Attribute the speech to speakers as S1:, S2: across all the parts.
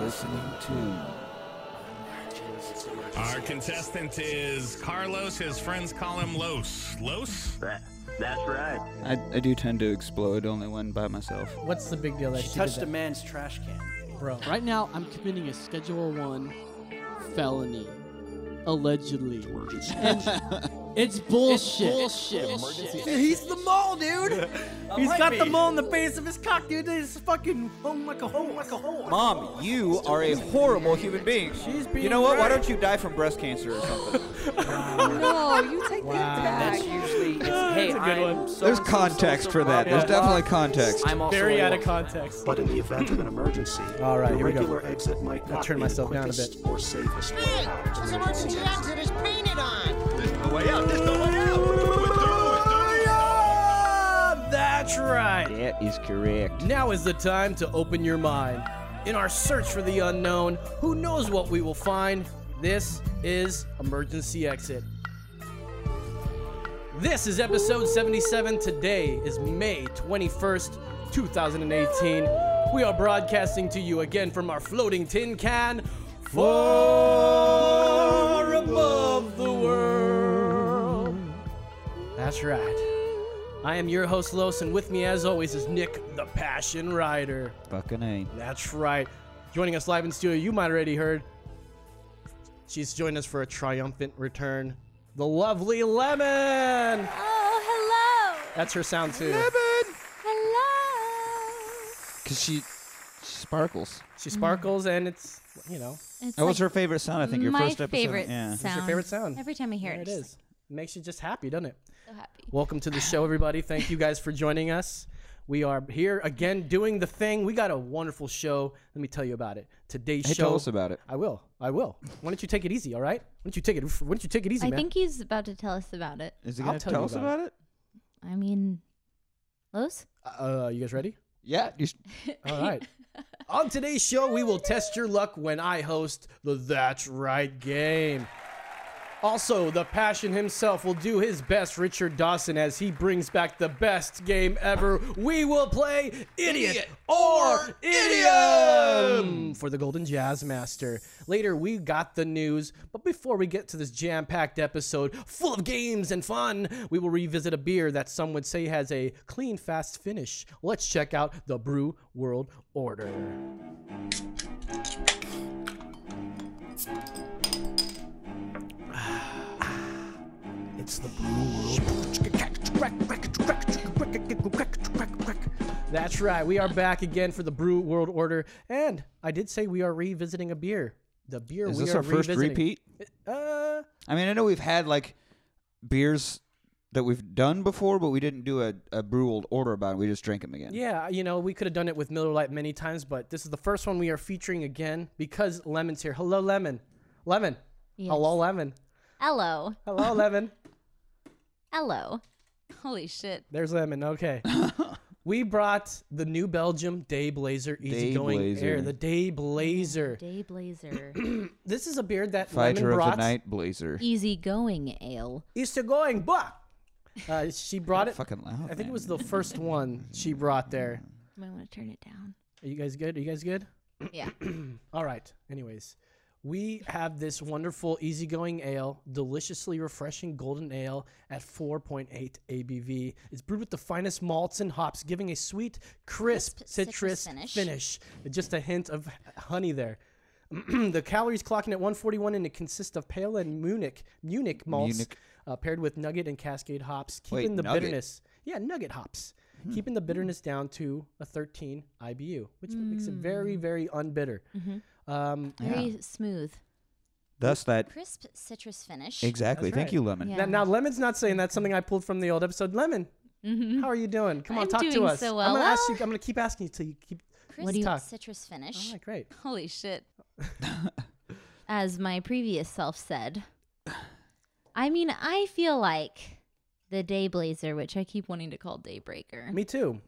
S1: listening to.
S2: Our contestant is Carlos. His friends call him Los. Los?
S3: That, that's right.
S1: I, I do tend to explode only when by myself.
S4: What's the big deal that
S5: She
S4: she
S5: touched a
S4: did that?
S5: man's trash can.
S4: bro?
S6: Right now, I'm committing a Schedule One felony, allegedly. And it's bullshit. bullshit.
S4: He's the mole, dude. He's
S5: might
S4: got the
S5: be.
S4: mole in the face of his cock, dude. He's fucking home like a home like a hole.
S1: Mom, you are a horrible human being. She's
S4: being
S1: You know what? Why
S4: right.
S1: don't you die from breast cancer or something?
S7: No, you take that
S5: That's
S7: back.
S5: usually it's, hey,
S4: a good
S5: I'm
S4: one.
S5: so
S1: There's context for that. There's definitely context.
S5: I'm also
S4: Very
S5: a
S4: out of
S5: wolf.
S4: context.
S8: But in the event of an emergency,
S4: All right,
S8: the
S4: here we go.
S8: regular exit might not
S4: turn
S8: be the
S4: myself down a bit.
S8: quickest or safest way out.
S9: This emergency exit is painted on.
S4: Ah, That's right.
S1: That is correct.
S4: Now is the time to open your mind. In our search for the unknown, who knows what we will find? This is Emergency Exit. This is episode 77. Today is May 21st, 2018. We are broadcasting to you again from our floating tin can far above the world. That's right. I am your host, Los, and with me, as always, is Nick the Passion Rider.
S1: Fucking A.
S4: That's right. Joining us live in studio, you might already heard. She's joined us for a triumphant return. The lovely Lemon.
S7: Oh, hello.
S4: That's her sound too.
S7: Hello.
S1: Because she, she sparkles.
S4: She sparkles, and it's you know
S7: Mm. It's
S1: That was
S7: like
S1: her favorite sound, I think, your
S7: my
S1: first episode.
S7: favorite
S1: yeah.
S7: sound.
S4: your favorite sound.
S7: Every time I hear
S4: there
S7: it,
S4: it is. Makes you just happy, doesn't it?
S7: So happy.
S4: Welcome to the show, everybody. Thank you guys for joining us. We are here again doing the thing. We got a wonderful show. Let me tell you about it. Today's
S1: Hey,
S4: show.
S1: tell us about it.
S4: I will. I will. Why don't you take it easy? All right. Why don't you take it? Why don't you take it easy,
S7: I
S4: man?
S7: think he's about to tell us about it.
S1: Is he
S4: I'll
S1: going to
S4: tell
S1: tell
S4: you
S1: us
S4: about
S1: about it?
S7: I mean, Los?
S4: uh, you guys ready?
S1: Yeah. You s-
S4: All right. On today's show, we will test your luck when I host the That's Right game. Also, the Passion himself will do his best, Richard Dawson, as he brings back the best game ever. We will play Idiot, or Idiom for the Golden Jazz Master. Later, we got the news, but before we get to this jam packed episode full of games and fun, we will revisit a beer that some would say has a clean, fast finish. Let's check out the Brew World Order.
S8: It's the brew world.
S4: That's right. We are back again for the Brew World Order, and I did say we are revisiting a beer. The beer
S1: is
S4: we
S1: this
S4: are
S1: our first
S4: revisiting.
S1: repeat?
S4: Uh,
S1: I mean, I know we've had, like, beers that we've done before, but we didn't do a, a brew old order about it. We just drank them again.
S4: yeah. You know, we could have done it with Miller Lite many times, but this is the first one we are featuring again because Lemon's here. Hello, Lemon. Lemon.
S7: Yes.
S4: Hello, Lemon.
S7: Hello.
S4: Hello, Lemon.
S7: Hello. Holy shit.
S4: There's Lemon. Okay. we brought the New Belgium Day Blazer Easygoing Air.
S1: Blazer.
S4: The Day Blazer.
S7: Day Blazer.
S4: This is a beer that
S1: Fighter
S4: Lemon E
S1: of
S4: brought.
S1: the Night Blazer.
S7: Easy going ale.
S4: Easygoing, but uh, she brought it.
S1: Fucking loud.
S4: I think it
S1: man.
S4: was the first one she brought there.
S7: You might want to turn it down.
S4: Are you guys good? Are you guys good?
S7: Yeah.
S4: All right. Anyways, we have this wonderful easygoing ale, deliciously refreshing golden ale at 4.8 ABV. It's brewed with the finest malts and hops, giving a sweet, crisp,
S7: Crisp
S4: citrus,
S7: citrus
S4: finish.
S7: finish.
S4: Just a hint of honey there. the calories clocking at 141, and it consists of pale and Munich Munich malts
S1: Munich.
S4: Uh, paired with Nugget and Cascade hops,
S1: Wait,
S4: keeping the
S1: Nugget?
S4: bitterness. Yeah, Nugget hops, keeping the bitterness down to a 13 IBU, which makes it very, very unbitter. Um,
S7: Very smooth.
S1: Thus that.
S7: Crisp citrus finish.
S1: Exactly.
S4: That's
S1: Thank
S4: right.
S1: you, Lemon.
S7: Yeah.
S4: Now, now Lemon's not saying that's something I pulled from the old episode. Lemon, how are you doing? Come on,
S7: Mm-hmm. I'm
S4: talk to
S7: doing
S4: us.
S7: so
S4: I'm gonna
S7: well.
S4: ask you. I'm gonna keep asking you till you keep.
S7: Crisp
S4: do you-
S7: citrus
S4: All
S7: finish.
S4: right, great.
S7: Holy shit. As my previous self said. I mean, I feel like the day blazer, which I keep wanting to call daybreaker.
S4: Me too.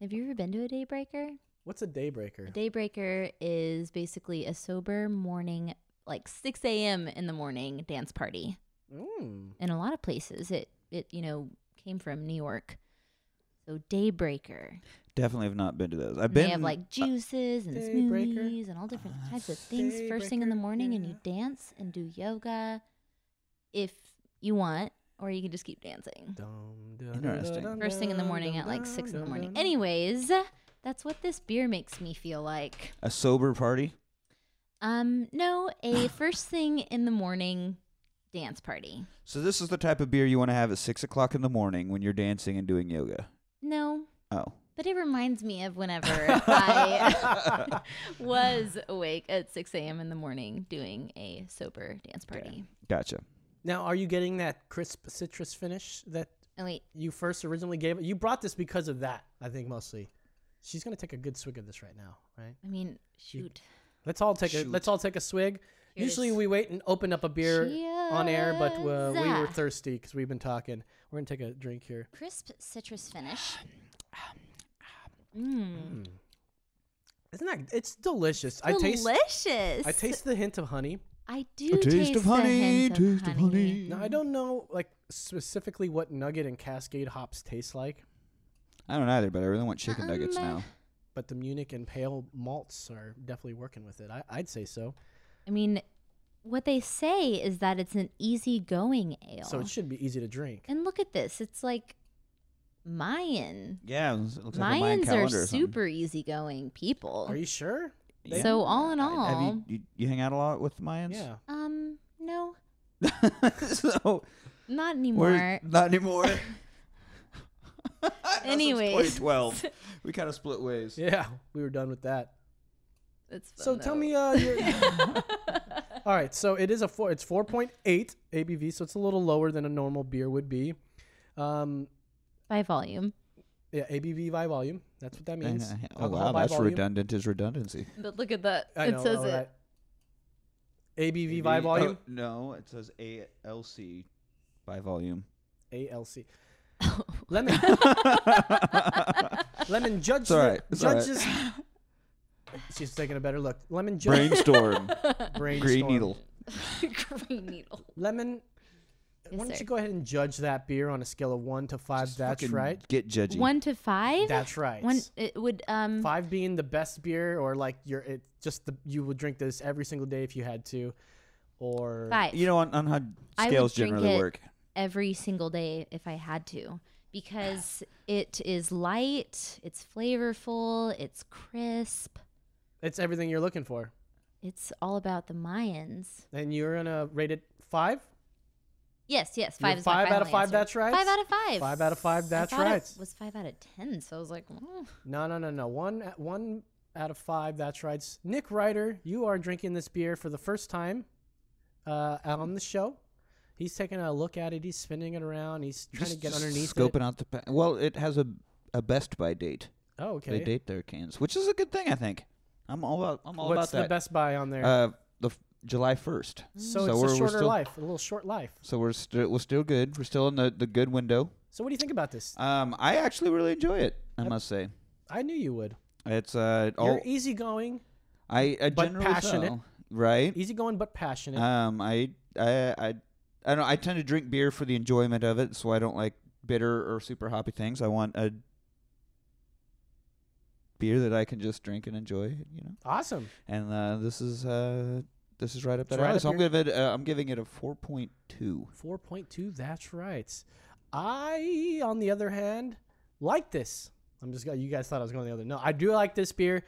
S7: Have you ever been to a daybreaker?
S4: What's a daybreaker?
S7: A daybreaker is basically a sober morning, like 6 a.m. in the morning dance party.
S4: Mm.
S7: In a lot of places, it, it you know, came from New York. So daybreaker.
S1: Definitely have not been to those. I've
S7: And
S1: been.
S7: they have like juices and
S4: Daybreaker.
S7: smoothies and all different
S4: Ah,
S7: types of things first thing in the morning, and you dance and do yoga if you want, or you can just keep dancing.
S1: Interesting.
S7: First thing in the morning at like six in the morning. Anyways, that's what this beer makes me feel like.
S1: a sober party.
S7: Um, no, a first thing in the morning dance party.
S1: So this is the type of beer you want to have at six o'clock in the morning when you're dancing and doing yoga.
S7: No,
S1: Oh,
S7: but it reminds me of whenever I was awake at 6 a.m. in the morning doing a sober dance party.
S1: gotcha.
S4: Now, are you getting that crisp citrus finish that
S7: Oh, wait,
S4: you first originally gave it? You brought this because of that, I think, mostly. She's gonna take a good swig of this right now, right?
S7: I mean, shoot.
S4: Let's all take a
S1: Shoot.
S4: let's all take a swig. Usually we wait and open up a beer on air, but uh, we were
S7: Cheers.
S4: thirsty because we've been talking. We're gonna take a drink here.
S7: Crisp citrus finish. Mm.
S4: Isn't that? It's delicious. I taste.
S7: Delicious.
S4: I taste the hint of honey.
S7: I do taste the hint of honey.
S4: Now I don't know like specifically what Nugget and Cascade hops taste like,
S1: I don't either, but I really want chicken nuggets
S7: Um,
S1: now.
S4: but the Munich and pale malts are definitely working with it. I, I'd say so.
S7: I mean, what they say is that it's an easygoing ale.
S4: So it should be easy to drink.
S7: and look at this. It's like Mayan.
S1: Yeah, it looks it looks like a Mayan
S7: Mayans
S1: calendar
S7: are
S1: or something.
S7: super easygoing people.
S4: Are you sure?
S1: Yeah.
S7: So all in
S1: I- have
S7: all,
S1: you, you, you hang out a lot with Mayans?
S4: Yeah.
S7: um, no,
S1: so
S7: not
S1: we're
S7: anymore.
S1: not anymore.
S7: Anyways.
S1: 2012. We kind of split ways.
S4: Yeah. We were done with that.
S7: It's fun,
S4: So tell
S7: though.
S4: me, uh, your... all right. So it is a four. It's four point eight ABV, so it's a little lower than a normal beer would be. Um,
S7: by volume,
S4: yeah, ABV by volume. That's what that
S1: And,
S4: means.
S1: uh, oh wow,
S4: Alcohol by
S1: that's
S4: volume.
S1: redundant as redundancy.
S7: but look at that.
S4: I
S7: it
S4: know,
S7: says
S4: all
S7: it.
S4: right. ABV by volume.
S1: Oh, no, it says ALC by volume.
S4: ALC.
S7: Oh.
S4: Lemon. Lemon judge.
S1: all right, it's all right.
S4: judges. She's taking a better look. Lemon judge.
S1: Brainstorm. Green
S4: brainstorm.
S1: needle.
S7: Green needle.
S4: Lemon. Why don't
S7: sir.
S4: you go ahead and judge that beer on a scale of one to five? that's
S1: Fucking
S4: right.
S1: Get judgy.
S7: One to five.
S4: That's right.
S7: One. It would um.
S4: Five being the best beer, or like you're it just the you would drink this every single day if you had to, or
S7: Five.
S1: You know, on, on how
S7: I would
S1: scales
S7: drink
S1: generally
S7: it
S1: work.
S7: every single day if I had to because it is light, it's flavorful, it's crisp.
S4: it's everything you're looking for.
S7: It's all about the Mayans.
S4: And you're gonna rate it five.
S7: Yes, yes.
S4: You're
S7: Five is
S4: five
S7: my
S4: out
S7: final
S4: of five,
S7: answer.
S4: that's right?
S7: Five out of five.
S4: Five out of five,
S7: I
S4: that's
S7: thought it
S4: right.
S7: was five out of ten, so I was like, mm.
S4: No, no, no, no. One, one out of five. That's right. Nick Ryder, you are drinking this beer for the first time uh, on the show. He's taking a look at it. He's spinning it around. He's trying to get underneath
S1: Scoping
S4: it.
S1: out the. Pa- well, it has a a best by date.
S4: Oh,
S1: They
S4: okay.
S1: date their cans, which is a good thing, I think. I'm all about. I'm all
S4: What's the
S1: about that.
S4: Best Buy on there?
S1: Uh, the f- July first. so
S4: so, it's
S1: we're-
S4: a
S1: we're
S4: shorter
S1: still-
S4: life, a little short life.
S1: So we're still we're still good. We're still in the, the good window.
S4: So what do you think about this?
S1: Um, I actually really enjoy it. I must say,
S4: I knew you would.
S1: it's uh, all
S4: You're easygoing,
S1: I, I
S4: but
S1: generally
S4: passionate.
S1: so, right?
S4: easygoing but passionate.
S1: Um, I I I I don't. I tend to drink beer for the enjoyment of it, so I don't like bitter or super hoppy things. I want a beer that I can just drink and enjoy. You know,
S4: awesome.
S1: and uh, this is uh, this is right up
S4: It's
S1: that
S4: right
S1: alley.
S4: up
S1: so I'm
S4: your-
S1: giving it. Uh, I'm giving it a four point two.
S4: Four point two. That's right. I, on the other hand, like this. I'm just. You guys thought I was going the other. No, I do like this beer.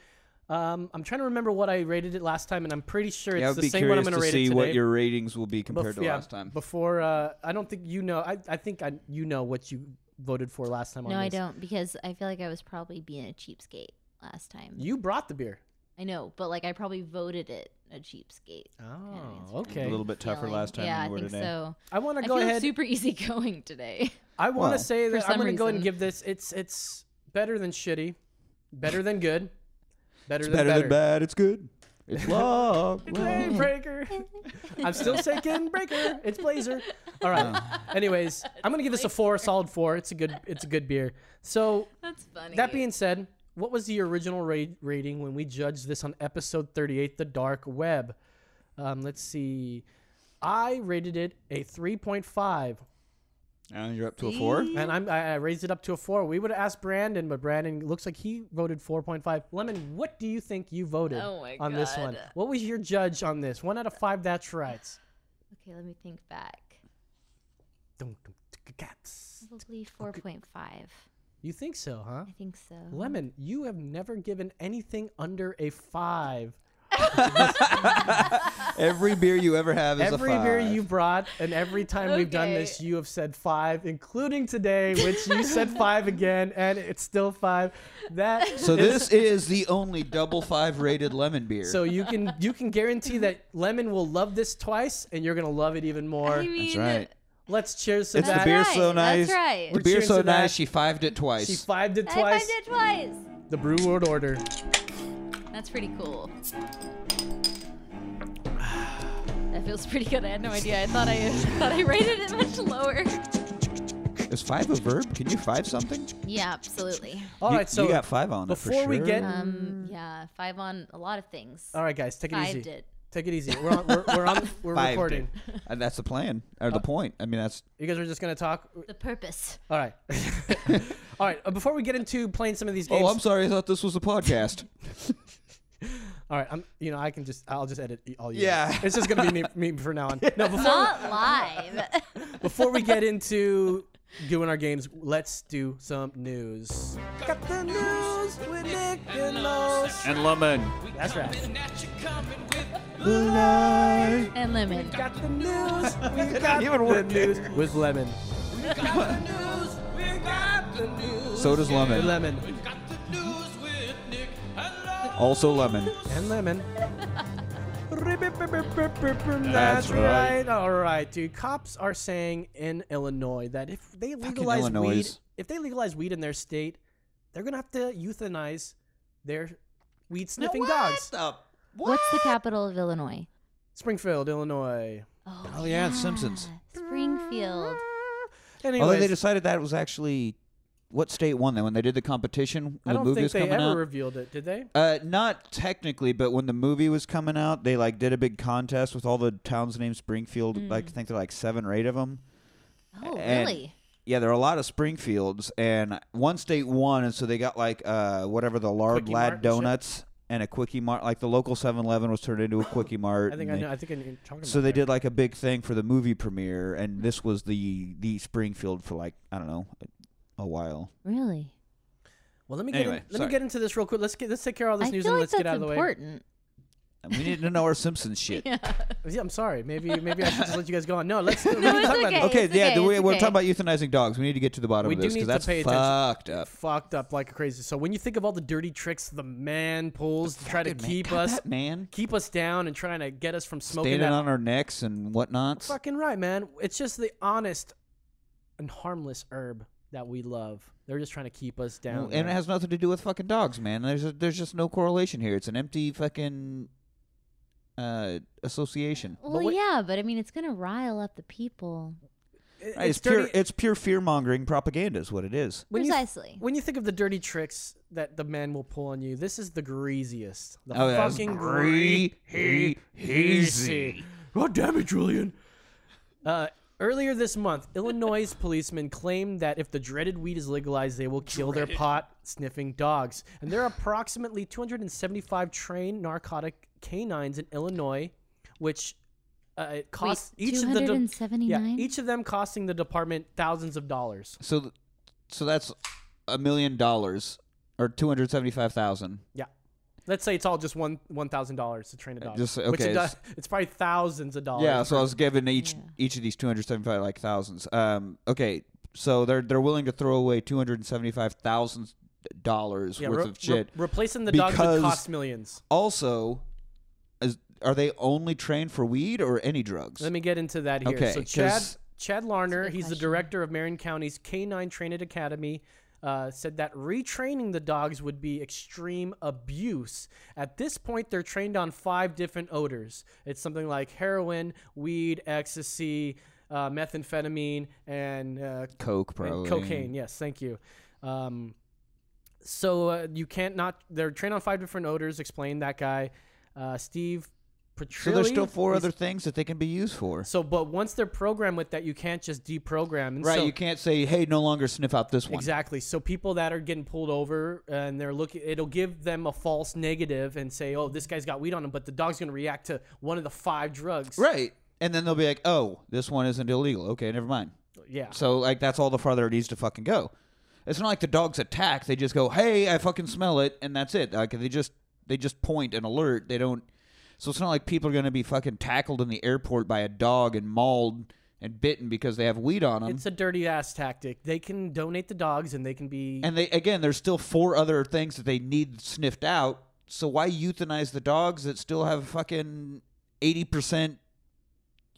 S4: Um, I'm trying to remember what I rated it last time, and I'm pretty sure it's
S1: yeah, I would
S4: the
S1: be
S4: same one I'm
S1: curious to
S4: going rate
S1: see
S4: it today.
S1: what your ratings will be compared
S4: Bef-
S1: to
S4: yeah,
S1: last time.
S4: Before, uh, I don't think you know. I, I think I you know what you voted for last time. on
S7: no, I
S4: this.
S7: don't because I feel like I was probably being a cheapskate last time.
S4: You brought the beer.
S7: I know, but like I probably voted it a cheapskate.
S4: Oh,
S1: a
S4: okay.
S1: little bit tougher
S7: feeling.
S1: last time than
S7: Yeah,
S1: you
S7: I
S1: were
S7: think
S1: today.
S7: so.
S4: I want
S7: I
S4: to go
S7: feel
S4: ahead.
S7: super easy going today.
S4: I want to
S1: Well,
S4: say
S7: for
S4: that I'm
S7: some
S4: going to go ahead and
S7: reason.
S4: give this. It's it's better than shitty, better than good, better
S1: It's
S4: than
S1: better
S4: better.
S1: than bad. It's good. It's love.
S4: Hey, breaker. I'm still shaking breaker. It's blazer. All right.
S1: Uh.
S4: Anyways, I'm gonna give this a four, a solid four. It's a good, it's a good beer. So
S7: That's funny.
S4: that being said, what was the original ra- rating when we judged this on episode 38, The Dark Web? Um, let's see. I rated it a 3.5.
S1: Now you're up to a four.
S7: See?
S4: And I'm, I I raised it up to a four. We would have asked Brandon, but Brandon looks like he voted 4.5. Lemon, what do you think you voted
S7: Oh my
S4: on this one?
S7: God.
S4: What was your judge on this? One out of five, that's right.
S7: Okay, let me think back.
S4: Dum, dum, tka, cats.
S7: Probably 4.5. I
S4: You think so, huh?
S7: think so.
S4: Lemon, you have never given anything under a five.
S1: Every beer you ever have is
S4: every
S1: a five.
S4: beer you brought, and every time we've done this,
S7: Okay.
S4: you have said five, including today, which you said five again, and it's still five. That
S1: so
S4: is-
S1: this is the only double five rated lemon beer.
S4: So you can you can guarantee that Lemon will love this twice, and you're gonna love it even more.
S7: I mean,
S1: that's right.
S4: Let's cheers to
S1: It's
S4: that.
S1: the beer so
S7: right,
S1: nice.
S7: that's right.
S1: The
S4: We're
S1: beer
S4: cheering
S1: so
S4: to that.
S1: nice. She fived it twice.
S4: She fived it
S7: I find
S4: twice.
S7: it twice.
S4: The Brew World Order.
S7: That's pretty cool. That feels pretty good. I had no idea. I thought I thought I rated it much lower.
S1: is five a verb? Can you five something?
S7: Yeah, absolutely.
S4: All right,
S1: you,
S4: so
S1: you got five on it for
S4: before we
S1: sure.
S4: get-
S7: Um, yeah, five on a lot of things.
S4: all right, guys, take it
S7: Five
S4: easy.
S7: did.
S4: Take it easy. We're on. We're, we're on. We're
S1: Fived it.
S4: recording. Uh,
S1: And that's the plan or the point. I mean, that's
S4: You guys are just gonna talk.
S7: The purpose.
S4: All right. all right. uh, Before we get into playing some of these games.
S1: Oh, I'm sorry. I thought this was a podcast.
S4: All right. I'm. You know, I can just. I'll just edit all you.
S1: Yeah.
S4: It's just gonna be me, me from now on. No, before
S7: Not live.
S4: before we get into doing our games, let's do some news. Got the news with Nick and Los.
S2: And lemon.
S4: That's right.
S7: and lemon.
S4: Got the news. We got the news with lemon.
S1: so does
S4: With
S1: lemon.
S4: lemon
S1: Also lemon.
S4: and lemon. That's right. All right, dude. Cops are saying in Illinois that if they legalize weed,
S1: Illinois.
S4: if they legalize weed in their state, they're gonna have to euthanize their weed sniffing dogs.
S7: What's the capital of Illinois?
S4: Springfield, Illinois.
S7: Oh,
S1: Oh, yeah, it's Simpsons.
S7: Springfield.
S1: Although
S4: Anyways,
S1: they decided that was actually what state won that when they did the competition when the
S4: I don't
S1: movie
S4: think
S1: was
S4: they
S1: coming
S4: ever
S1: out.
S4: revealed it, did they?
S1: uh, not technically, but when the movie was coming out, they like did a big contest with all the towns named Springfield. Like I think there are like seven or eight of them.
S7: Hmm. Oh,
S1: And-
S7: really?
S1: Yeah, there are a lot of Springfields, and one state won, and so they got like uh, whatever the lard
S4: Quickie
S1: lad
S4: Mart and shit?
S1: donuts and a quickie mart. Like the local 7-Eleven was turned into a quickie mart.
S4: I think
S1: and they-
S4: I know. I think I know what you're talking
S1: So
S4: about
S1: they
S4: there.
S1: did like a big thing for the movie premiere, and this was the the Springfield for like I don't know a while.
S7: Really?
S4: Well, let me get
S1: Anyway,
S4: in, let me
S1: sorry.
S4: get into this real quick. Let's get let's take care of all this
S7: I
S4: news
S7: feel
S4: and
S7: like
S4: let's
S7: that's
S4: get out of the way.
S7: important.
S1: And we need to know our Simpsons shit.
S4: Yeah, I'm sorry. Maybe maybe I should just let you guys go on. No, let's. no,
S7: it's
S4: talk about
S7: okay.
S4: this.
S1: Okay,
S7: it's
S1: yeah,
S7: okay,
S1: the way
S7: it's
S1: we're
S7: okay.
S1: talking about euthanizing dogs. We need to get to the bottom
S4: We
S1: of
S4: do
S1: this
S4: need
S1: because
S4: to
S1: that's
S4: pay attention.
S1: fucked up.
S4: Fucked up like crazy. So when you think of all the dirty tricks the man pulls to try to
S1: Fucking man-
S4: keep
S1: God,
S4: us
S1: that man
S4: keep us down and trying to get us from smoking
S1: standing
S4: that
S1: on our necks and whatnot.
S4: fucking right, man. It's just the honest and harmless herb that we love. They're just trying to keep us down.
S1: And it
S4: man.
S1: has nothing to do with fucking dogs, man. There's a, there's just no correlation here. It's an empty fucking uh, association.
S7: Well,
S4: what-
S7: yeah, but I mean, it's gonna rile up the people.
S4: It-
S1: Right, it's, pure
S4: dirty-
S1: it's pure fear mongering propaganda is what it is.
S4: when you th-
S7: Precisely.
S4: when you think of the dirty tricks that the man will pull on you, this is the greasiest. The
S1: Oh, that's
S4: fucking
S1: gree- he-
S4: greasy. God damn it, Julian. Uh, earlier this month, Illinois policemen claimed that if the dreaded weed is legalized, they will kill their pot sniffing dogs. And there are approximately 275 trained narcotic canines in Illinois, which uh, it costs each of the de- yeah,
S7: 279?
S4: each of them costing the department thousands of dollars.
S1: So, th- so that's a million dollars or two hundred seventy-five thousand.
S4: Yeah. Let's say it's all just one one thousand dollars to train a
S1: Uh,
S4: dog.
S1: just-
S4: Which
S1: okay,
S4: it does,
S1: it's-
S4: it's probably thousands of dollars.
S1: Yeah. So I was given each
S7: Yeah.
S1: each of these two hundred seventy-five like thousands. Um. Okay. So they're they're willing to throw away two hundred seventy-five thousand dollars
S4: Yeah,
S1: worth
S4: re-
S1: of shit.
S4: re- replacing the dogs would
S1: because-
S4: cost millions.
S1: also, is, are they only trained for weed or any drugs?
S4: Let me get into that here.
S1: Okay,
S4: so Chad
S1: 'cause-
S4: Chad Larner, he's the
S7: question.
S4: director of Marion County's K9 Training Academy. Uh, said that retraining the dogs would be extreme abuse. At this point, they're trained on five different odors. It's something like heroin, weed, ecstasy, uh, methamphetamine, and uh,
S1: Coke,
S4: and
S1: probably.
S4: cocaine. Yes, thank you. Um, so uh, you can't not. They're trained on five different odors. Explain that guy, uh, Steve
S1: So there's still
S4: Petrilli
S1: four
S4: is-
S1: other things that they can be used for.
S4: So, but once they're programmed with that, you can't just deprogram. And
S1: Right,
S4: so-
S1: you can't say, "Hey, no longer sniff out this one."
S4: Exactly. So people that are getting pulled over uh, and they're looking, it'll give them a false negative and say, "Oh, this guy's got weed on him," but the dog's going to react to one of the five drugs.
S1: Right, and then they'll be like, "Oh, this one isn't illegal. Okay, never mind."
S4: Yeah.
S1: So like, that's all the farther it needs to fucking go. It's not like the dogs attack; they just go, "Hey, I fucking smell it," and that's it. Like they just they just point and alert. They don't. So it's not like people are gonna be fucking tackled in the airport by a dog and mauled and bitten because they have weed on them.
S4: It's a dirty ass tactic. They can donate the dogs and they can be.
S1: And they again, there's still four other things that they need sniffed out. So why euthanize the dogs that still have fucking eighty percent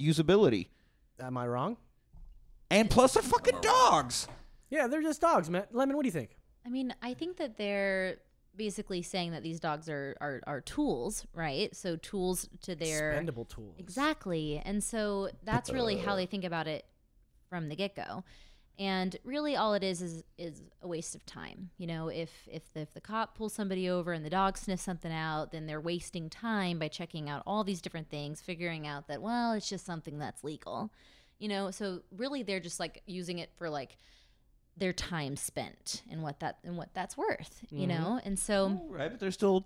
S1: usability?
S4: am I wrong?
S1: And plus, they're fucking dogs.
S4: Yeah, they're just dogs, man. Lemon, what do you think?
S7: I mean, I think that they're basically saying that these dogs are are, are tools, right? So tools to their
S4: Expendable tools.
S7: Exactly. And so that's really how they think about it from the get-go. And really all it is is is a waste of time. You know, if if the, if the cop pulls somebody over and the dog sniffs something out, then they're wasting time by checking out all these different things, figuring out that well, it's just something that's legal. You know, so really they're just like using it for like their time spent and what that and what that's worth,
S1: Mm-hmm.
S7: you know?
S4: Mm-hmm.
S7: And so
S1: Right, but there's still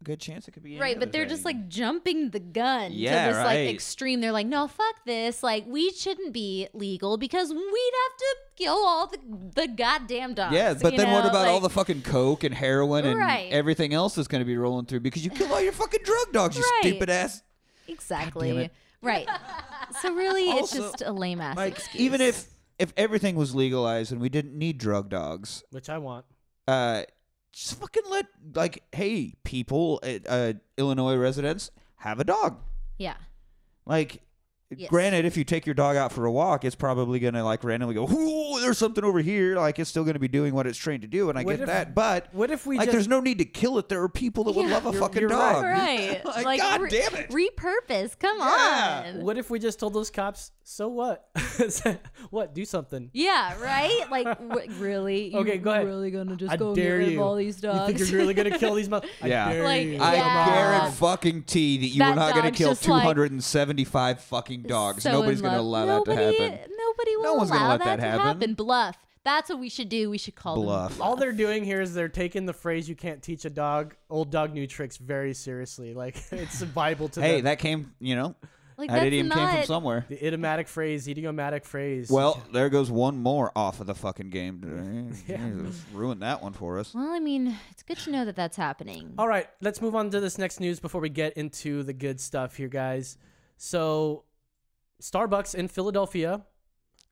S1: a good chance it could be. any
S7: Right,
S1: other
S7: but they're just
S1: thing.
S7: like jumping the gun
S1: Yeah,
S7: to this
S1: right.
S7: like extreme. They're like, no, fuck this. Like, we shouldn't be legal because we'd have to kill all the, the goddamn dogs.
S1: Yeah, but
S7: you
S1: then what
S7: know?
S1: about all the
S7: Like,
S1: fucking coke and heroin and
S7: Right.
S1: everything else that's going to be rolling through because you kill all your fucking drug dogs, you
S7: Right.
S1: stupid ass.
S7: exactly? Right. So really, it's
S1: Also,
S7: just a lame ass
S1: Like
S7: excuse.
S1: even if if everything was legalized and we didn't need drug dogs,
S4: Which I want.
S1: uh, just fucking let like, hey, people, uh, uh, Illinois residents have a dog.
S7: yeah,
S1: Like,
S7: Yes.
S1: granted, if you take your dog out for a walk, it's probably gonna like randomly go, "Ooh, there's something over here." Like, it's still gonna be doing what it's trained to do, and I
S4: What
S1: get
S4: if-
S1: that. But
S4: what if we
S1: like,
S4: just-
S1: there's no need to kill it. There are people that would
S7: Yeah.
S1: love a
S7: You're-
S1: fucking
S4: you're right.
S1: dog.
S7: right.
S1: Like, God damn it.
S7: Repurpose. Come
S1: Yeah.
S7: on.
S4: What if we just told those cops, so what? what? Do something.
S7: Yeah. Right. Like w- really. You
S4: Okay, go ahead.
S7: Really gonna just
S4: I
S7: go and
S4: dare
S7: get rid
S4: you.
S7: of all these dogs?
S4: You think you're really going to kill these mo- I
S1: Yeah.
S4: dare
S7: Like,
S4: you.
S1: I
S7: Yeah.
S1: guarantee fucking T that you
S7: That
S1: are not going to
S7: dog's
S1: kill
S7: just like-
S1: 275 fucking dogs.
S7: so in
S1: Nobody's going to
S7: love.
S1: allow
S7: nobody,
S1: that to happen.
S7: Nobody will
S1: No one's gonna
S7: allow
S1: let
S7: that,
S1: that
S7: to
S1: happen.
S7: happen. Bluff. That's what we should do. We should call
S1: Bluff.
S7: them.
S4: All they're doing here is they're taking the phrase "you can't teach a dog old dog new tricks" very seriously. Like it's a bible to
S1: Hey,
S4: them.
S1: that came, you know,
S7: Like
S1: that
S7: that's
S1: idiom
S7: not.
S1: came from somewhere.
S4: the idiomatic phrase, idiomatic phrase.
S1: Well, there goes one more off of the fucking game today. Jesus, ruined that one for us.
S7: Well, I mean, it's good to know that that's happening.
S4: all right, let's move on to this next news before we get into the good stuff here, guys. So, Starbucks in Philadelphia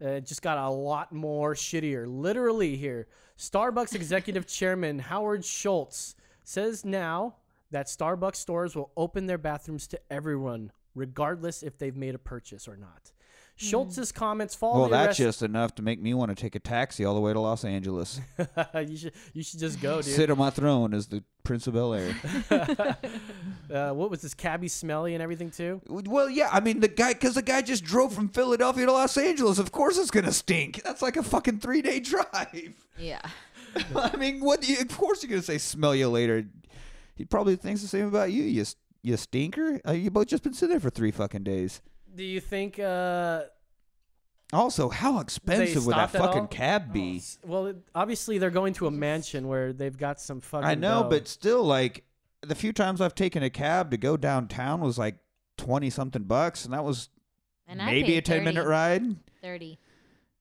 S4: uh, just got a lot more shittier. Literally, here, Starbucks executive chairman Howard Schultz says now that Starbucks stores will open their bathrooms to everyone, regardless if they've made a purchase or not. Schultz's comments follow
S1: Well,
S4: the
S1: that's
S4: arrest.
S1: just enough to make me want to take a taxi all the way to Los Angeles.
S4: you should you should just go, Oh, dude.
S1: Sit on my throne as the Prince of Bel Air.
S4: Uh, what was this cabbie smelly and everything too?
S1: well, yeah, I mean, the guy, because the guy just drove from Philadelphia to Los Angeles. Of course it's going to stink. That's like a fucking three day drive.
S7: Yeah.
S1: I mean, what do you, of course you're going to say, smell you later. He probably thinks the same about you, you, s- you stinker. Uh, you both just been sitting there for three fucking days.
S4: Do you think uh,
S1: Also, how
S4: they
S1: expensive would that
S4: stopped at
S1: fucking
S4: all?
S1: cab
S4: Oh,
S1: be?
S4: s- well, it- obviously they're going to a mansion where they've got some fucking.
S1: I know,
S4: dough.
S1: but still, like the few times I've taken a cab to go downtown was like twenty something bucks, and that was
S7: And I
S1: maybe
S7: paid
S1: a ten
S7: 30,
S1: minute ride.
S7: Thirty.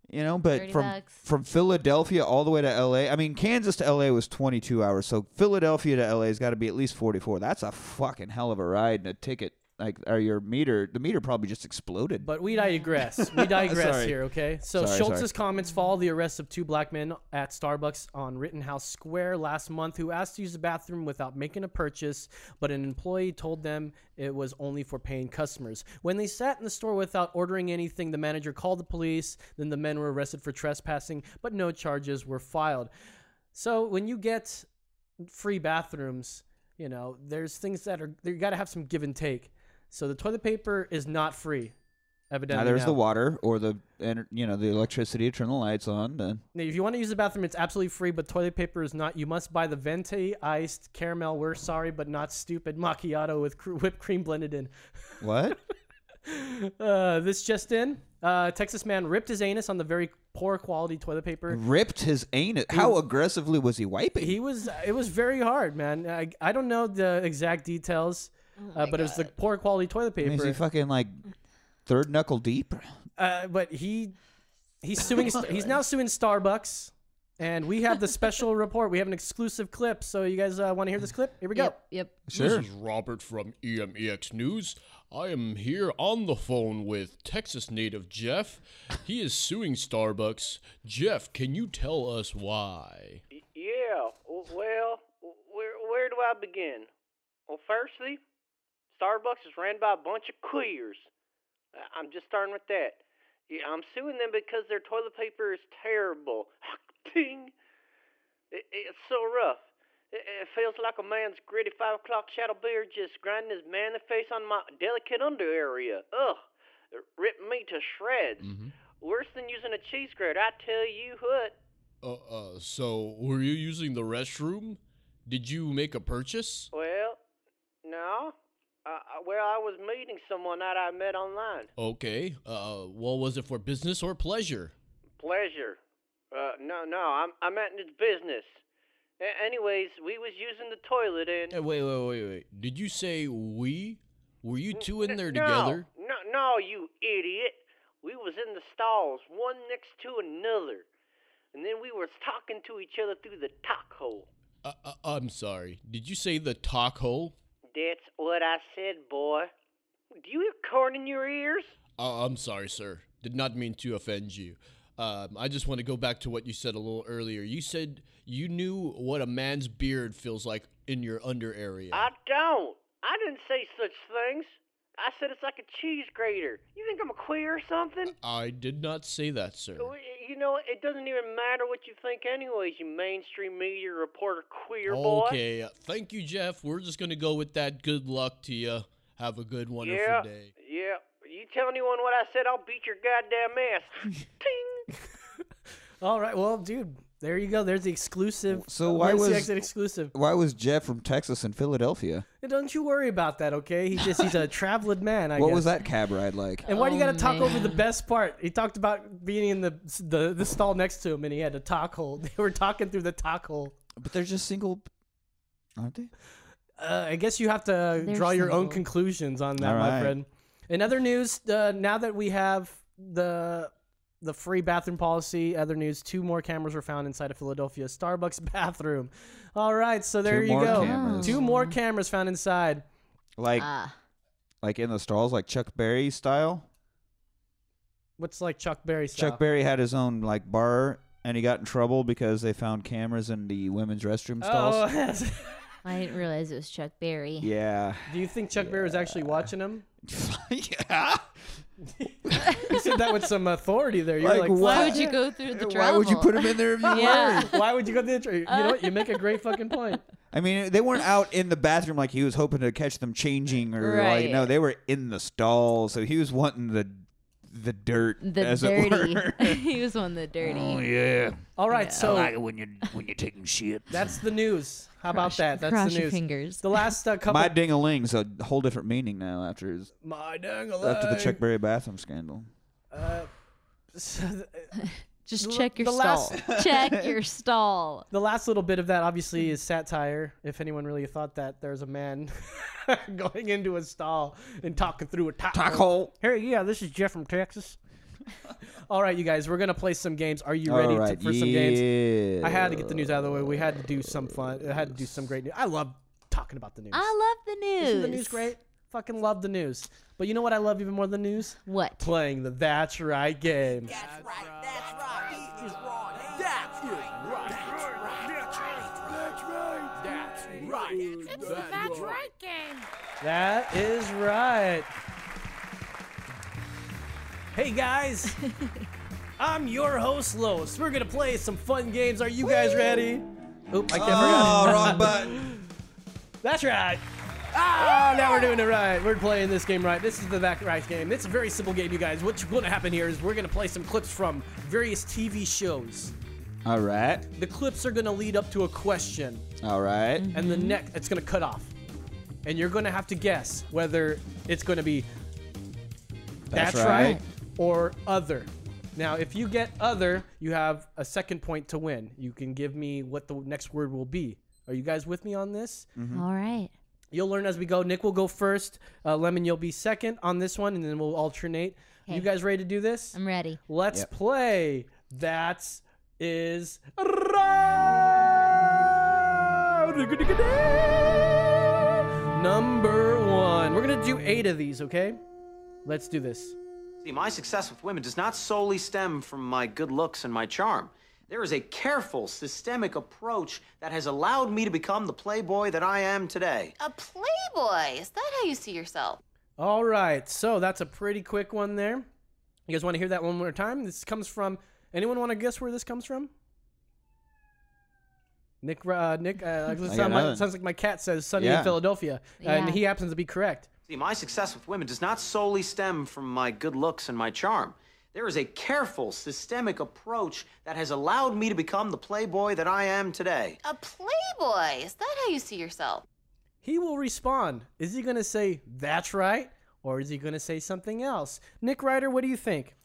S1: You know, but
S7: 30
S1: from
S7: bucks.
S1: from Philadelphia all the way to L.A. I mean, Kansas to L.A. was twenty two hours, so Philadelphia to L.A. has got to be at least forty four. That's a fucking hell of a ride and a ticket. Like, or your meter, the meter probably just exploded.
S4: But we digress. We digress
S1: Sorry.
S4: here, okay? So
S1: Sorry,
S4: Schultz's
S1: sorry.
S4: comments follow the arrest of two black men at Starbucks on Rittenhouse Square last month who asked to use the bathroom without making a purchase, but an employee told them it was only for paying customers. When they sat in the store without ordering anything, the manager called the police. Then the men were arrested for trespassing, but no charges were filed. So when you get free bathrooms, you know, there's things that are you got to have some give and take. So the toilet paper is not free Evidently,
S1: Neither is
S4: no.
S1: the water or the ener- you know the electricity. Turn the lights on. Then
S4: Now, if you want to use the bathroom, it's absolutely free, but toilet paper is not. You must buy the Venti iced caramel. We're sorry, but not stupid macchiato with cr- whipped cream blended in.
S1: what?
S4: Uh, this just in: uh, Texas man ripped his anus on the very poor quality toilet paper.
S1: Ripped his anus. How aggressively was he wiping?
S4: He was. uh, It was very hard, man. I, I don't know the exact details, uh, but it was the poor quality toilet
S1: I mean, is he
S4: paper.
S1: fucking like third knuckle deep?
S4: uh, but he he's suing. he's now suing Starbucks, and we have the special report. We have an exclusive clip. So you guys uh, want to hear this clip? Here we go.
S7: Yep. Yep.
S1: Sure.
S3: This is Robert from E EMEX News. I am here on the phone with Texas native Jeff. He is suing Starbucks. Jeff, can you tell us why?
S5: Yeah, w- well, w- where where do I begin? Well, firstly, Starbucks is ran by a bunch of queers. I- I'm just starting with that. Yeah, I'm suing them because their toilet paper is terrible. Ting! It- it's so rough. It, it feels like a man's gritty five o'clock shadow beard just grinding his manly face on my delicate under area. Ugh, it ripped me to shreds.
S3: Mm-hmm.
S5: Worse than using a cheese grater, I tell you what.
S3: Uh, uh, so were you using the restroom? Did you make a purchase?
S5: Well, no. Uh, well, I was meeting someone that I met online.
S3: Okay. Uh, well, was it for business or pleasure?
S5: Pleasure. Uh, no, no, I'm I'm at this business. A- anyways, we was using the toilet
S3: Hey,
S4: Uh,
S5: and.
S3: wait, wait, wait, wait. Did you say we? Were you two in there
S5: no,
S3: together?
S5: No, no, you idiot. We was in the stalls, one next to another, and then we was talking to each other through the talk hole.
S3: Uh, uh, I'm sorry. Did you say the talk hole?
S5: That's what I said, boy. Do you hear corn in your ears?
S3: Uh, I'm sorry, sir. Did not mean to offend you. Um, I just want to go back to what you said a little earlier. You said you knew what a man's beard feels like in your under area.
S5: I don't. I didn't say such things. I said it's like a cheese grater. You think I'm a queer or something?
S3: I did not say that, sir.
S5: Well, y- You know, it doesn't even matter what you think, anyways. You mainstream media reporter, queer boy.
S3: Okay, uh, thank you, Jeff. We're just going to go with that. Good luck to you. Have a good, wonderful
S5: Yeah.
S3: day.
S5: Yeah. You tell anyone what I said, I'll beat your goddamn ass. Ting.
S4: All right. Well, dude, there you go. There's the exclusive.
S1: So
S4: uh,
S1: why
S4: Lindsay
S1: was-
S4: Exit exclusive?
S1: Why was Jeff from Texas and Philadelphia?
S4: Hey, Don't you worry about that, okay? He just he's a traveling man. I
S1: what
S4: guess.
S1: was that cab ride like?
S4: And why do you
S7: Oh,
S4: got to talk over the
S7: man.
S4: best part? He talked about being in the, the the stall next to him, and he had a talk hole. They were talking through the talk hole.
S1: But they're just single, aren't they?
S4: Uh, I guess you have to
S7: They're
S4: draw your own
S7: single.
S4: conclusions on that,
S1: All
S4: my
S1: right.
S4: friend. In other news, uh, now that we have the the free bathroom policy, other news: two more cameras were found inside a Philadelphia Starbucks bathroom. All right, so there
S1: Two
S4: you
S1: more
S4: go.
S1: cameras.
S4: Two more cameras found inside.
S1: Like
S7: Ah.
S1: like in the stalls, like Chuck Berry style.
S4: What's like Chuck Berry style?
S1: Chuck Berry had his own like bar, and he got in trouble because they found cameras in the women's restroom
S4: Oh,
S1: stalls.
S7: I didn't realize it was Chuck Berry.
S1: Yeah.
S4: do you think Chuck Berry was actually watching him?
S1: yeah.
S4: You said that with some authority there. You're
S1: Like,
S4: like,
S1: what?
S7: Why would you go through the
S1: Why
S7: trouble?
S1: would you put him in there if you
S7: Yeah.
S4: Why would you go to the intro? You know what? You make a great fucking point.
S1: I mean, they weren't out in the bathroom like he was hoping to catch them changing or like
S7: Right.
S1: no, they were in the stall, so he was wanting the the dirt
S7: the
S1: as it were. Oh,
S7: dirty. he was one of the dirty.
S4: All right, so
S8: when you when you're taking shit.
S4: that's the news. How about
S7: Cross-
S4: that? That's
S7: cross
S4: the
S7: your
S4: news.
S7: fingers.
S4: The last uh, couple.
S1: My ding-a-ling's a whole different meaning now after his,
S4: My
S1: after the Chuck Berry bathroom scandal.
S7: Just
S4: The-
S7: check your
S4: the
S7: stall.
S4: last-
S7: check your stall. Hmm.
S4: The last little bit of that obviously is satire. If anyone really thought that there's a man going into a stall and talking through a taco.
S1: hole.
S4: Hey, yeah, this is Jeff from Texas. All right, you guys, we're gonna play some games. Are you ready
S1: All
S4: to-
S1: right,
S4: for
S1: yeah.
S4: some games? I had to get the news out of the way. We had to do some fun. I had to do some great news. I love talking about the news.
S7: I love the news.
S4: Isn't the news great? Fucking love the news. But you know what I love even more than news?
S7: What?
S4: Playing the That's Right game. That is right. Hey guys, I'm your host Los. We're gonna play some fun games. Are you guys ready? Oop, I can't forget.
S1: Oh, wrong button.
S4: That's right. Ah, now we're doing it right. We're playing this game right. This is the Back Right game. It's a very simple game, you guys. What's going to happen here is we're going to play some clips from various TV shows.
S1: All right.
S4: The clips are going to lead up to a question,
S1: All right.
S4: and
S7: Mm-hmm.
S4: the neck it's going to cut off. And you're going to have to guess whether it's going to be that's, right. or other. Now, if you get other, you have a second point to win. You can give me what the next word will be. Are you guys with me on this?
S7: All right.
S4: You'll learn as we go. Nick will go first. Uh, Lemon, you'll be second on this one, and then we'll alternate. You
S7: Okay.
S4: guys ready to do this?
S7: I'm ready.
S4: Let's play. That's is round number one. We're gonna do eight of these, okay? Let's do this.
S10: See, my success with women does not solely stem from my good looks and my charm. There is a careful, systemic approach that has allowed me to become the playboy that I am today.
S11: A playboy? Is that how you see yourself?
S4: All right, so that's a pretty quick one there. You guys want to hear that one more time? This comes from. Anyone want to guess where this comes from? Nick, uh, Nick, uh,
S1: got
S4: sounds, like,
S1: nothing.
S4: sounds like my cat says Sunny
S1: Yeah.
S4: in Philadelphia, and
S7: Yeah.
S4: he happens to be correct.
S10: See, my success with women does not solely stem from my good looks and my charm. There is a careful, systemic approach that has allowed me to become the playboy that I am today.
S11: A playboy? Is that how you see yourself?
S4: He will respond. Is he going to say that's right, or is he going to say something else? Nick Ryder, what do you think?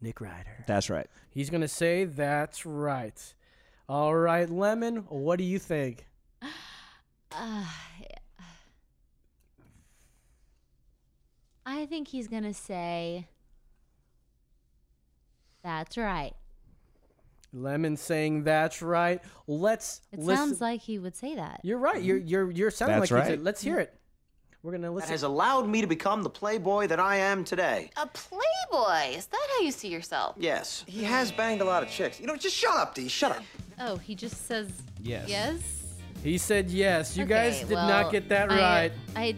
S4: Nick Ryder.
S1: That's right.
S4: He's going to say that's right. All right, Lemon, what do you think?
S7: I think he's gonna say. That's right.
S4: Lemon saying that's right. Let's
S7: It
S4: listen.
S7: sounds like he would say that.
S4: You're right. You're you're you're sounding
S1: That's
S4: like you said.
S1: right.
S4: Let's hear it. We're gonna
S10: That
S4: listen.
S10: has allowed me to become the playboy that I am today.
S11: A playboy? Is that how you see yourself?
S10: Yes, he has banged a lot of chicks. You know, just shut up, D. Shut up.
S7: Oh, he just says
S1: Yes.
S7: Yes.
S4: he said yes. You
S7: Okay,
S4: guys did
S7: well,
S4: not get that
S7: I-
S4: right.
S7: I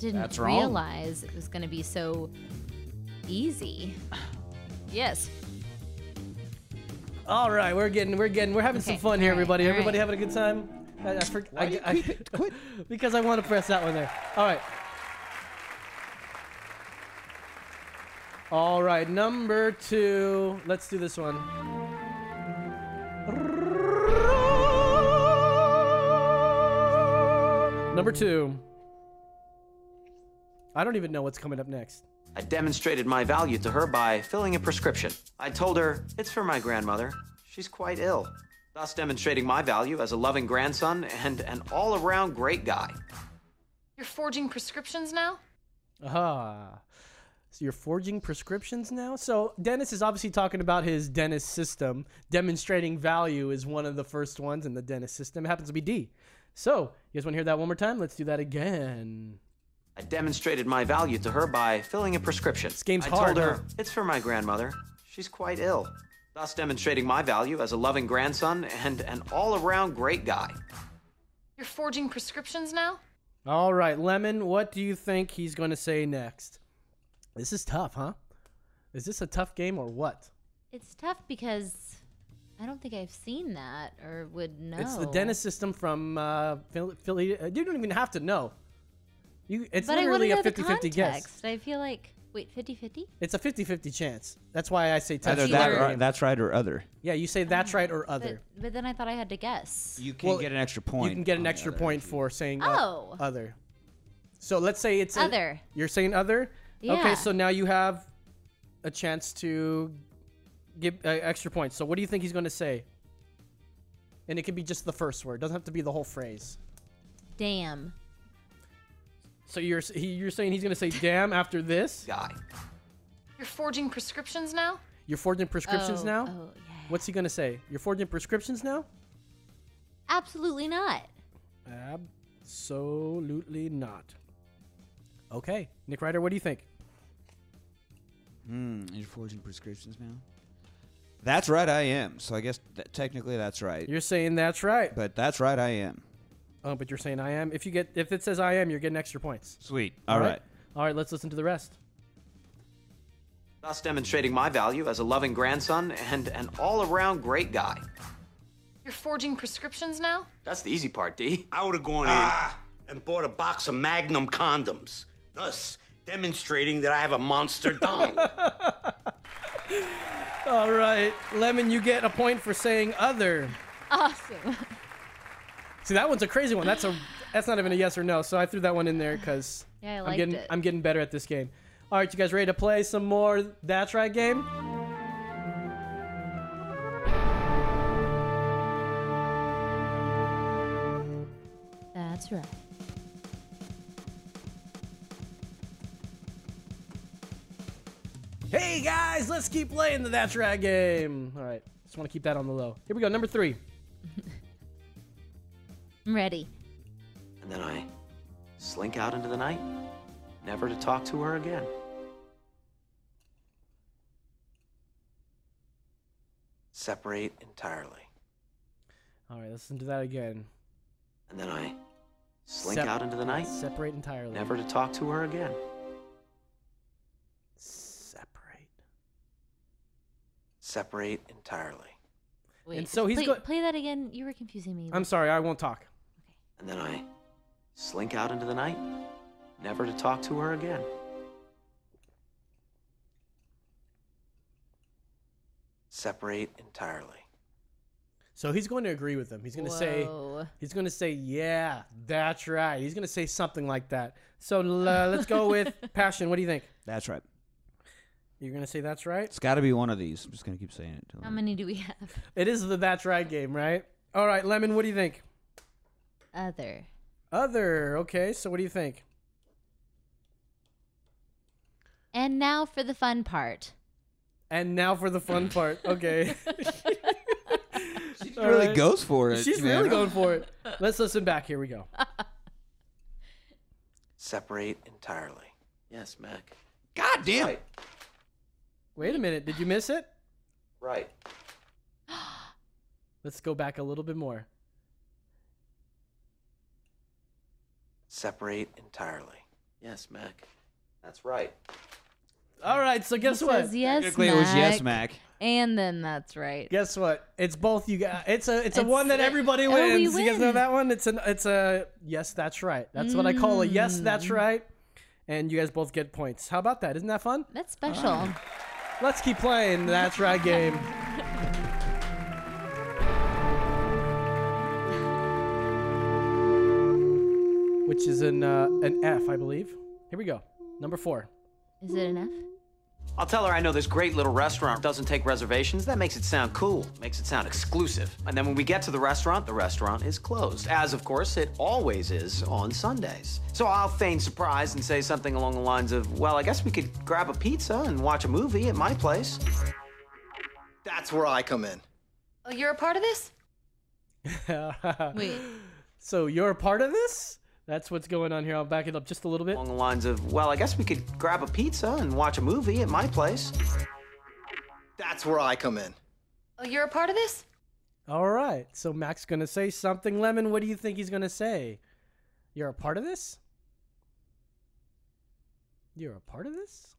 S7: didn't
S1: That's wrong.
S7: realize it was going to be so easy. Yes.
S4: All right, we're getting we're getting we're having some
S7: Okay,
S4: fun here,
S7: all right,
S4: everybody.
S7: all
S4: Everybody
S7: right.
S4: having a good time. I, I, for, I,
S1: do you
S4: I-
S1: keep it? Quit.
S4: because I want to press that one there. All right. All right, number two. Let's do this one. Number two. I don't even know what's coming up next.
S10: I demonstrated my value to her by filling a prescription. I told her it's for my grandmother. She's quite ill. Thus, demonstrating my value as a loving grandson and an all around great guy.
S11: You're forging prescriptions now?
S4: Aha. Ah. So you're forging prescriptions now? So Dennis is obviously talking about his dentist system. Demonstrating value is one of the first ones in the dentist system. It happens to be D. So you guys want to hear that one more time? Let's do that again.
S10: I demonstrated my value to her by filling a prescription. This
S4: game's
S10: I
S4: hard,
S10: told her
S4: huh?
S10: it's for my grandmother. She's quite ill. Thus, demonstrating my value as a loving grandson and an all around great guy.
S11: You're forging prescriptions now?
S4: All right, Lemon, what do you think he's going to say next? This is tough, huh? Is this a tough game or what?
S7: It's tough because I don't think I've seen that or would know.
S4: It's the dentist system from uh, Phil- Philly. uh, You don't even have to know. You, it's
S7: but I want
S4: literally
S7: to know
S4: a 50
S7: the
S4: 50
S7: context.
S4: guess.
S7: I feel like wait, 50-50?
S4: It's a 50-50 chance. That's why I say touch
S1: Either
S7: That's
S1: that
S7: either.
S1: or that's right or other.
S4: Yeah, you say that's right or
S7: But,
S4: other.
S7: but then I thought I had to guess.
S1: You can
S4: Well,
S1: get an extra point.
S4: you can get
S1: on
S4: an
S1: the
S4: extra
S1: other.
S4: point for saying uh,
S7: Oh.
S4: other. So let's say it's a-
S7: Other.
S4: you're saying other. Okay,
S7: Yeah.
S4: so now you have a chance to give uh, extra points. So what do you think he's going to say? And it could be just the first word. Doesn't have to be the whole phrase.
S7: Damn.
S4: So you're s- he, you're saying he's going to say damn after this?
S10: Guy.
S11: You're forging prescriptions now?
S4: You're forging prescriptions
S7: Oh,
S4: now?
S7: Oh, yeah.
S4: What's he going to say? You're forging prescriptions now?
S7: Absolutely not.
S4: Absolutely not. Okay, Nick Ryder, what do you think?
S1: Hmm. You're forging prescriptions now. That's right. I am. So I guess that, technically that's right.
S4: You're saying that's right.
S1: But that's right. I am.
S4: Oh, but you're saying I am. If you get if it says I am, you're getting extra points.
S1: Sweet. All right.
S4: All right, let's listen to the rest.
S10: Thus, demonstrating my value as a loving grandson and an all around great guy.
S11: You're forging prescriptions now?
S10: That's the easy part, D.
S12: I would have gone in Ah, and bought a box of Magnum condoms, thus demonstrating that I have a monster dong.
S4: All right, Lemon, you get a point for saying other.
S7: Awesome.
S4: See, that one's a crazy one. That's a that's not even a yes or no. So I threw that one in there because
S7: Yeah, I
S4: am
S7: liked
S4: getting
S7: it.
S4: I'm getting better at this game. All right, you guys ready to play some more? That's right, game.
S7: That's right.
S4: Hey guys, let's keep playing the That's Right game. All right, just want to keep that on the low. Here we go, number three.
S7: I'm ready.
S10: And then I slink out into the night, never to talk to her again. Separate entirely.
S4: All right, listen to that again.
S10: And then I slink
S4: Sep-
S10: out into the night,
S4: Separate entirely.
S10: never to talk to her again.
S4: Separate.
S10: Separate entirely.
S7: Wait,
S4: so he's
S7: play,
S4: go-
S7: play that again. You were confusing me.
S4: I'm sorry, I won't talk.
S10: And then I slink out into the night, never to talk to her again. Separate entirely.
S4: So he's going to agree with him. He's going to say,
S7: Whoa.
S4: he's going to say, yeah, that's right. He's going to say something like that. So uh, let's go with passion. What do you think?
S1: That's right.
S4: You're going to say that's right.
S1: It's got to be one of these. I'm just gonna keep saying it. Till
S7: How many do we have?
S4: It is the that's right game, right? All right, lemon. What do you think?
S7: Other.
S4: Other. Okay. So what do you think?
S7: And now for the fun part.
S4: And now for the fun part. Okay. she
S1: really goes for it,
S4: She's
S1: man.
S4: really going for it. Let's listen back. Here we go.
S10: Separate entirely. Yes, Mac.
S1: God damn
S10: it.
S4: Wait a minute. Did you miss it?
S10: Right.
S4: Let's go back a little bit more.
S10: Separate entirely. Yes, Mac. That's right.
S4: All right. So guess what?
S7: Says yes,
S1: Technically, it was yes,
S7: Mac.
S1: Mac.
S7: And then that's right.
S4: Guess what? It's both you guys. It's a it's a
S7: It's-
S4: one that everybody
S7: oh,
S4: wins.
S7: we
S4: You guys know
S7: win.
S4: that one? It's an it's a yes, that's right. That's what I call a yes, that's right. And you guys both get points. How about that? Isn't that fun?
S7: That's special.
S4: Let's keep playing the that's right game. Which is an uh, an F, I believe. Here we go. Number four.
S7: Is it enough?
S10: I'll tell her I know this great little restaurant doesn't take reservations. That makes it sound cool, makes it sound exclusive. And then when we get to the restaurant, the restaurant is closed, as of course it always is on Sundays. So I'll feign surprise and say something along the lines of, well, I guess we could grab a pizza and watch a movie at my place.
S12: That's where I come in.
S11: Oh, you're a part of this?
S7: Wait.
S4: So you're a part of this? That's what's going on here. I'll back it up just a little bit.
S10: Along the lines of, well, I guess we could grab a pizza and watch a movie at my place.
S12: That's where I come in.
S11: Oh, you're a part of this?
S4: All right. So Mac's going to say something. Lemon, what do you think he's going to say? You're a part of this? You're a part of this?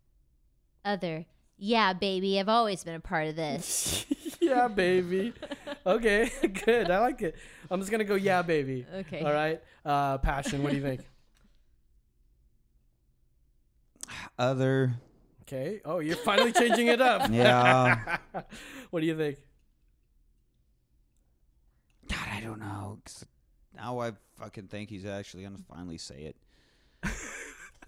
S7: Other. Yeah, baby. I've always been a part of this.
S4: yeah, baby. Okay, good. I like it. I'm just going to go, yeah, baby.
S7: Okay.
S4: All right. Uh, Passion, what do you think?
S1: Other.
S4: Okay. Oh, you're finally changing it up.
S1: Yeah.
S4: what do you think?
S1: God, I don't know. 'cause Now I fucking think he's actually gonna finally say it.
S4: I'm-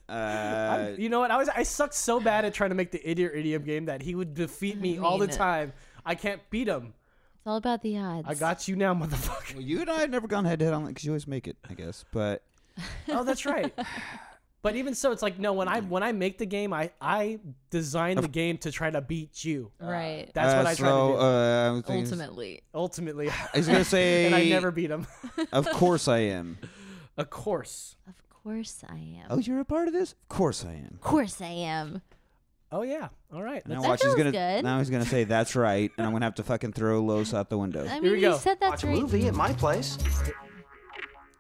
S1: Uh,
S4: you know what? I was I sucked so bad at trying to make the idiot idiom game that he would defeat me all the
S7: mean it.
S4: time. I can't beat him.
S7: It's all about the odds.
S4: I got you now, motherfucker.
S1: well, you and I have never gone head to head on that because you always make it, I guess. But
S4: oh, that's right. But even so, it's like no. When I when I make the game, I I design the game to try to beat you.
S7: right.
S4: That's what
S1: Uh,
S4: I try
S1: so,
S4: to do.
S1: Uh, I'm thinking-
S7: Ultimately.
S4: ultimately,
S1: I was gonna say,
S4: and I never beat him.
S1: Of course I am.
S4: of course.
S7: Of course I am.
S1: uh, Oh, you're a part of this? Of course I am.
S7: Of course I am.
S4: Oh yeah. All right.
S1: Now
S4: Let's,
S7: That
S1: watch, he's
S7: feels
S1: gonna
S7: good.
S1: now he's gonna say that's right, and I'm gonna have to fucking throw Los out the window.
S7: I
S4: Here we
S7: mean,
S4: go.
S7: you said
S10: Watch
S7: that's
S10: a
S7: right.
S10: movie at my place.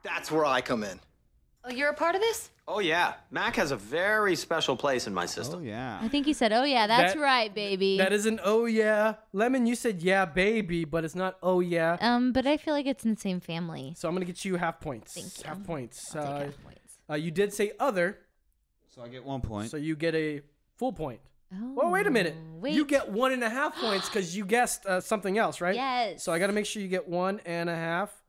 S12: That's where I come in.
S11: Oh, you're a part of this?
S10: Oh yeah, Mac has a very special place in my system. Oh
S1: yeah.
S7: I think he said, "Oh yeah, that's
S4: That-
S7: right, baby."
S4: That is an oh yeah. Lemon, you said yeah, baby, but it's not oh yeah.
S7: Um, but I feel like it's in the same family.
S4: So I'm gonna get you half points. Thank you. Half points. uh, uh, you did say other,
S1: So I get one point.
S4: so you get a full point. Oh, well, wait a minute. You get one and a half points because you guessed uh, something else, right?
S7: Yes.
S4: So I got to make sure you get one and a half,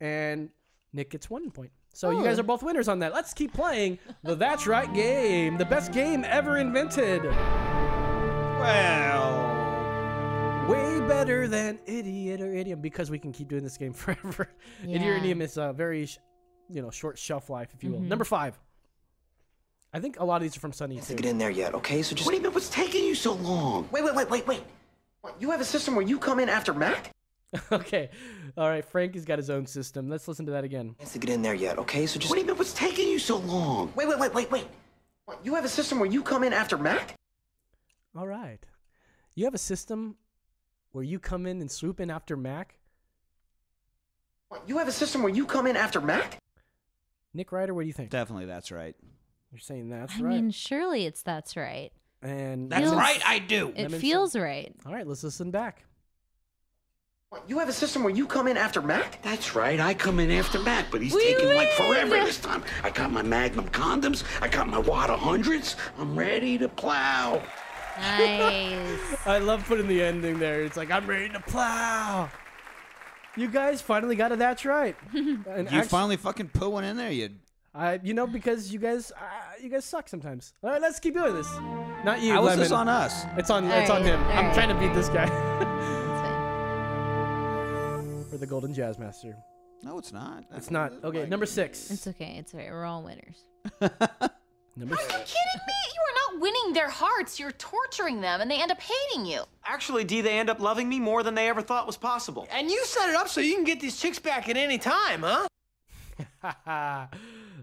S4: and Nick gets one point. So you
S7: Oh.
S4: guys are both winners on that. Let's keep playing the That's Right game, the best game ever invented.
S1: Well,
S4: way better than idiot or idiom because we can keep doing this game forever. Idiot or
S6: Yeah.
S4: idiom is a very, sh- you know, short shelf life, if you
S7: Mm-hmm.
S4: will. Number five. I think a lot of these are from Sunny too.
S10: Get in there yet? Okay, so just. What do you mean? What's taking you so long?
S9: Wait, wait, wait, wait, wait. What, you have a system where you come in after Mac?
S4: okay. All right. Frank has got his own system. Let's listen to that again.
S10: To get in there yet? Okay, so just.
S9: What do you mean? What's taking you so long? Wait, wait, wait, wait, wait. What, you have a system where you come in after Mac?
S4: All right. You have a system where you come in and swoop in after Mac.
S9: What, you have a system where you come in after Mac?
S4: Nick Ryder, what do you think?
S1: Definitely that's right.
S4: You're saying that's
S7: I
S4: right.
S7: mean, surely it's that's right.
S4: and
S7: That's Feels- right,
S1: I do.
S7: It
S4: Lemon
S7: feels right.
S4: All right. Let's listen back.
S9: What, you have a system where you come in after Mac?
S12: That's right, I come in after Mac, but he's
S7: We
S12: taking like
S7: win!
S12: forever this time. I got my Magnum condoms, I got my Wad of Hundreds, I'm ready to plow.
S7: Nice.
S4: I love putting the ending there. It's like I'm ready to plow. You guys finally got it. That's right. And
S1: you
S4: actu-
S1: finally fucking put one in there. You
S4: I, you know, because you guys, uh, you guys suck sometimes. All right, let's keep doing this. Not you.
S1: How is
S4: Lemon.
S1: this on us?
S4: It's on.
S7: All
S4: it's on
S7: right,
S4: him.
S7: all
S4: I'm
S7: right.
S4: trying to beat this guy.
S7: fine.
S4: For the Golden Jazz Master.
S1: No, it's not.
S4: It's not. Okay, number six.
S7: It's okay. It's all right. We're all winners.
S4: Number six.
S11: Kidding me? You are not winning their hearts. You're torturing them, and they end up hating you.
S10: Actually, D, they end up loving me more than they ever thought was possible.
S9: And you set it up so you can get these chicks back at any time, huh?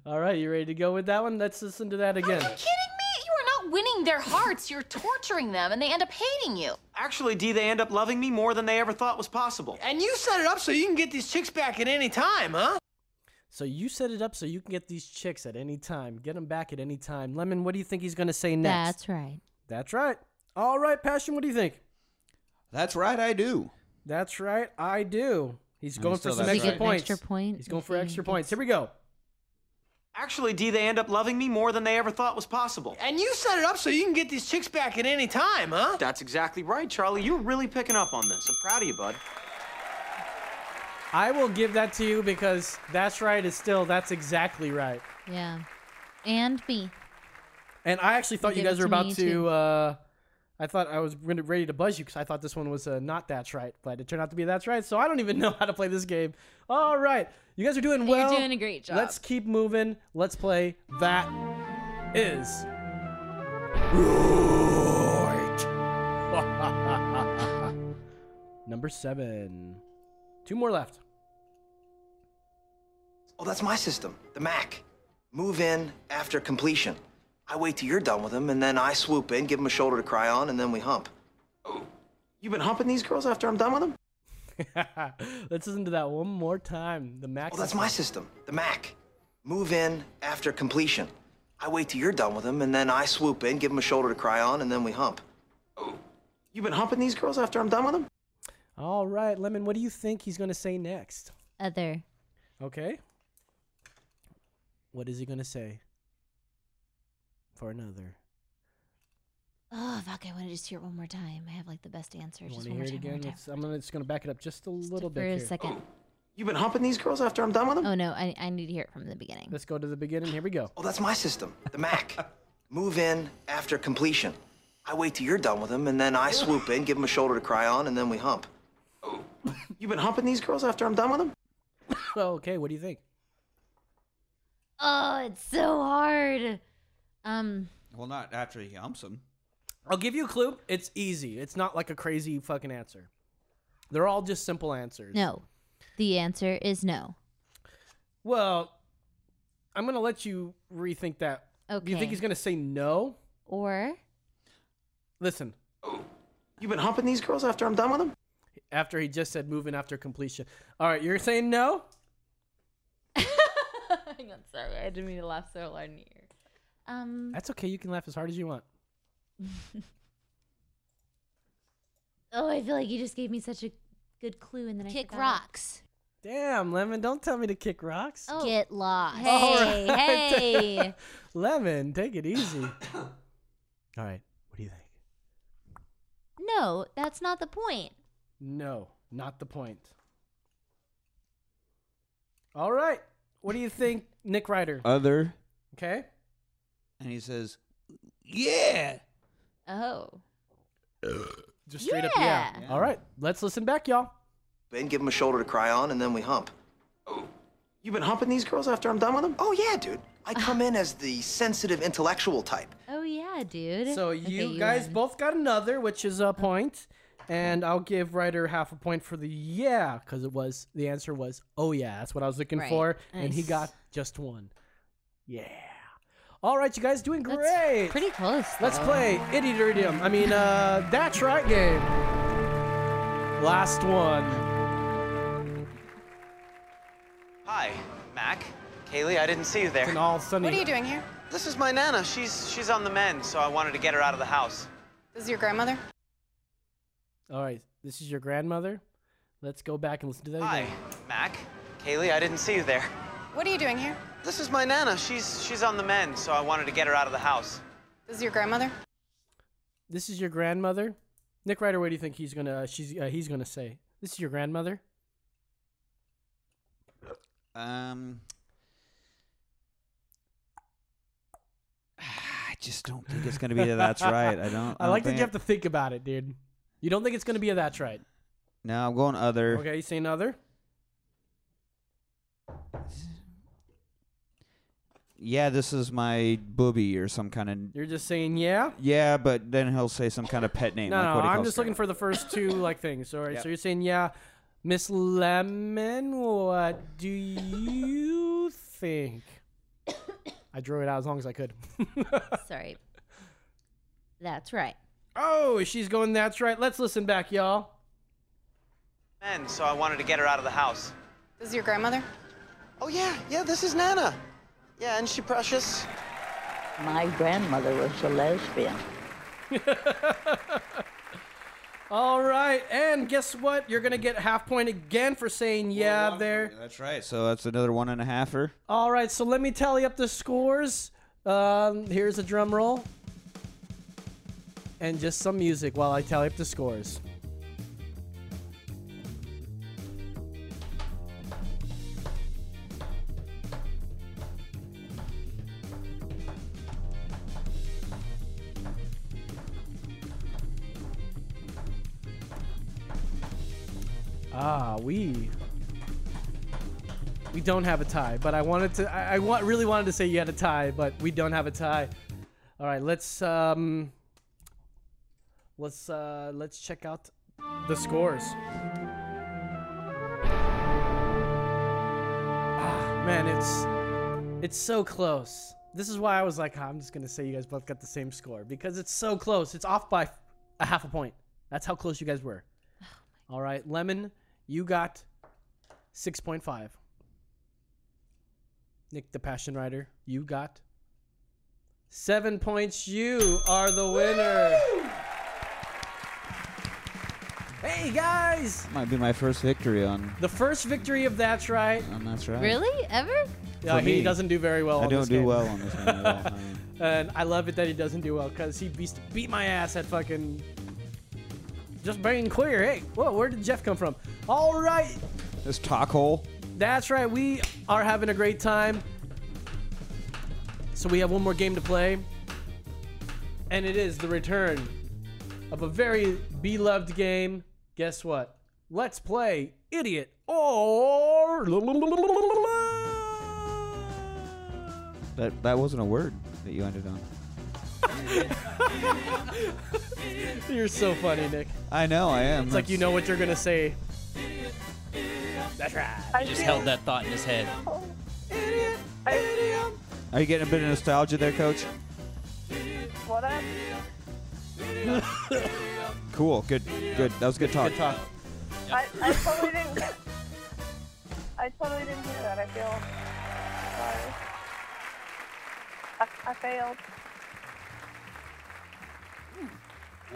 S4: All right, you ready to go with that one? Let's listen to that again.
S11: Kidding me? You are not winning their hearts. You're torturing them, and they end up hating you.
S10: Actually, D, they end up loving me more than they ever thought was possible.
S9: And you set it up so you can get these chicks back at any time, huh?
S4: So you set it up so you can get these chicks at any time. Get them back at any time. Lemon, what do you think he's gonna say next?
S7: That's right.
S4: That's right. All right, Passion, what do you think?
S1: That's right. I do.
S4: That's right, I do. He's
S1: And
S4: going
S1: still
S4: for some
S1: that's right.
S4: extra
S7: Does he get an
S4: points.
S7: extra point
S4: He's going
S7: if
S4: for
S7: he
S4: extra points. Here we go.
S10: Actually, D, they end up loving me more than they ever thought was possible.
S9: And you set it up so you can get these chicks back at any time, huh?
S10: That's exactly right, Charlie. You're really picking up on this. I'm proud of you, bud.
S4: I will give that to you because that's right is still that's exactly right.
S7: Yeah. And me.
S4: And I actually thought you
S7: Give it
S4: guys were
S7: to me
S4: about to.
S7: too.
S4: Uh, I thought I was re- ready to buzz you because I thought this one was uh, not that's right, but it turned out to be that's right. So I don't even know how to play this game. All right, you guys are doing well.
S7: doing a great job.
S4: Let's keep moving. Let's play. That is right. Number seven. Two more left.
S8: Oh, that's my system, the Mac. Move in after completion. I wait till you're done with them, and then I swoop in, give them a shoulder to cry on, and then we hump.
S10: You've been humping these girls after I'm done with them?
S4: Let's listen to that one more time. The max.
S8: Oh, that's my system, the Mac. Move in after completion. I wait till you're done with them, and then I swoop in, give them a shoulder to cry on, and then we hump.
S10: You've been humping these girls after I'm done with them?
S4: All right, Lemon. What do you think he's gonna say next?
S7: Other.
S4: Okay. What is he gonna say? For another.
S7: Oh fuck! I want to just hear it one more time. I have like the best answer.
S4: You
S7: Just
S4: wanna
S7: one
S4: hear
S7: more
S4: it
S7: time. One more
S4: again?
S7: time.
S4: It's- I'm gonna, just gonna back it up just a little
S7: For
S4: bit
S7: a
S4: here.
S7: second.
S10: You've been humping these girls after I'm done with them?
S7: Oh no! I, I need to hear it from the beginning.
S4: Let's go to the beginning. Here we go.
S8: Oh, that's my system, the Mac. Move in after completion. I wait till you're done with them, and then I swoop in, give them a shoulder to cry on, and then we hump.
S10: You've been humping these girls after I'm done with them?
S4: okay, what do you think?
S7: Oh, it's so hard. Um.
S1: Well, not after he humps him.
S4: I'll give you a clue. It's easy. It's not like a crazy fucking answer. They're all just simple answers.
S7: No. The answer is no.
S4: Well, I'm gonna let you rethink that. Do you
S7: Okay.
S4: think he's gonna say no?
S7: Or
S4: Listen,
S10: You've been humping these girls after I'm done with them?
S4: after he just said moving after completion. All right, you're saying no?
S7: laughing. I'm sorry. I didn't mean to laugh so loud in your ear. Um.
S4: That's okay. You can laugh as hard as you want.
S7: Oh, I feel like you just gave me such a good clue, and then I
S13: Kick
S7: forgot.
S13: rocks.
S4: Damn, Lemon, don't tell me to kick rocks.
S13: Get lost.
S7: Oh. Hey,
S4: All right.
S7: hey.
S4: Lemon, take it easy. All right. What do you think?
S13: No, that's not the point.
S4: No, not the point. All right. What do you think, Nick Ryder?
S1: Other.
S4: Okay.
S1: And he says, "Yeah."
S7: Oh.
S4: Just straight up, yeah. All right. Let's listen back, y'all.
S8: Ben, give him a shoulder to cry on, and then we hump. You've been humping these girls after I'm done with them? Oh, yeah, dude. I come in as the sensitive intellectual type.
S7: Oh yeah, dude.
S4: So
S7: Okay,
S4: you guys
S7: win.
S4: both got another, which is a point, and I'll give Ryder half a point for the yeah, because it was the answer was oh yeah, that's what I was looking
S6: Right.
S4: for, and he
S6: Nice.
S4: got just one. Yeah. All right, you guys doing great.
S7: pretty close.
S4: Let's
S6: though.
S4: play idiot or idiom. I mean, uh, that's right game. Last one.
S10: Hi, Mac. Kaylee, I didn't see you there.
S4: It's an all sunny.
S14: What are you doing here?
S10: This is my nana. She's she's on the mend, so I wanted to get her out of the house.
S14: This is your grandmother?
S4: All right, this is your grandmother. Let's go back and listen to that
S10: Hi,
S4: again.
S10: Mac. Kaylee, I didn't see you there.
S14: What are you doing here?
S10: This is my nana. She's she's on the mend, so I wanted to get her out of the house.
S14: This is your grandmother?
S4: This is your grandmother. Nick Ryder, what do you think he's gonna? She's uh, he's gonna say. This is your grandmother.
S1: Um, I just don't think it's gonna be that. That's right. I don't.
S4: I, like that you have
S1: to.
S4: to think about it, dude. You don't think it's gonna be a that's right.
S1: No, I'm going other.
S4: Okay, you say another.
S1: Yeah, this is my booby or some kind of.
S4: You're just saying yeah.
S1: Yeah, but then he'll say some kind of pet name.
S4: No,
S1: like
S4: no,
S1: what he
S4: I'm
S1: calls
S4: just
S1: her.
S4: looking for the first two like things. All right,
S1: Yep.
S4: so you're saying yeah, Miss Lemon. What do you think? I drew it out as long as I could.
S7: Sorry. That's right.
S4: oh, she's going. That's right. Let's listen back, y'all.
S10: Mend, so I wanted to get her out of the house.
S14: This is your grandmother?
S10: Oh yeah, yeah. This is nana. Yeah, and she precious.
S15: My grandmother was a lesbian.
S4: All right, and guess what? You're gonna get half point again for saying yeah there.
S1: That's right. So that's another one and a halfer.
S4: All right, so let me tally up the scores. Um, here's a drum roll, and just some music while I tally up the scores. Ah, we we don't have a tie, but I wanted to. I, I want, really wanted to say you had a tie, but we don't have a tie. All right, let's um, let's uh, let's check out the scores. Ah, man, it's it's so close. This is why I was like, "Ah, I'm just gonna say you guys both got the same score because it's so close. It's off by a half a point. That's how close you guys were. All right, Lemon, you got six point five. Nick the Passion Rider, you got seven points. You are the winner. Hey guys!
S1: Might be my first victory on.
S4: The first victory of That's Right.
S1: on that's right.
S7: Really? Ever?
S4: Yeah,
S1: For
S4: he
S1: me.
S4: doesn't do very well
S1: I
S4: on
S1: don't
S4: this
S1: do
S4: game.
S1: well on this one at all. I mean,
S4: And I love it that he doesn't do well because he beats beat my ass at fucking just being queer. Hey, whoa, where did Jeff come from? All right,
S1: this talk hole.
S4: That's right. We are having a great time. So we have one more game to play. And it is the return of a very beloved game. Guess what? Let's play Idiot or
S1: That that wasn't a word that you ended on.
S4: You're so funny, Nick.
S1: I know I am.
S4: It's like you know what you're going to say. That's right.
S16: He just held that thought in his head.
S1: Are you getting a bit of nostalgia there, Coach?
S17: What up?
S1: Cool. Good. Good. That was good talk.
S17: I, I totally didn't. I totally didn't hear that. I feel. sorry. I, I failed.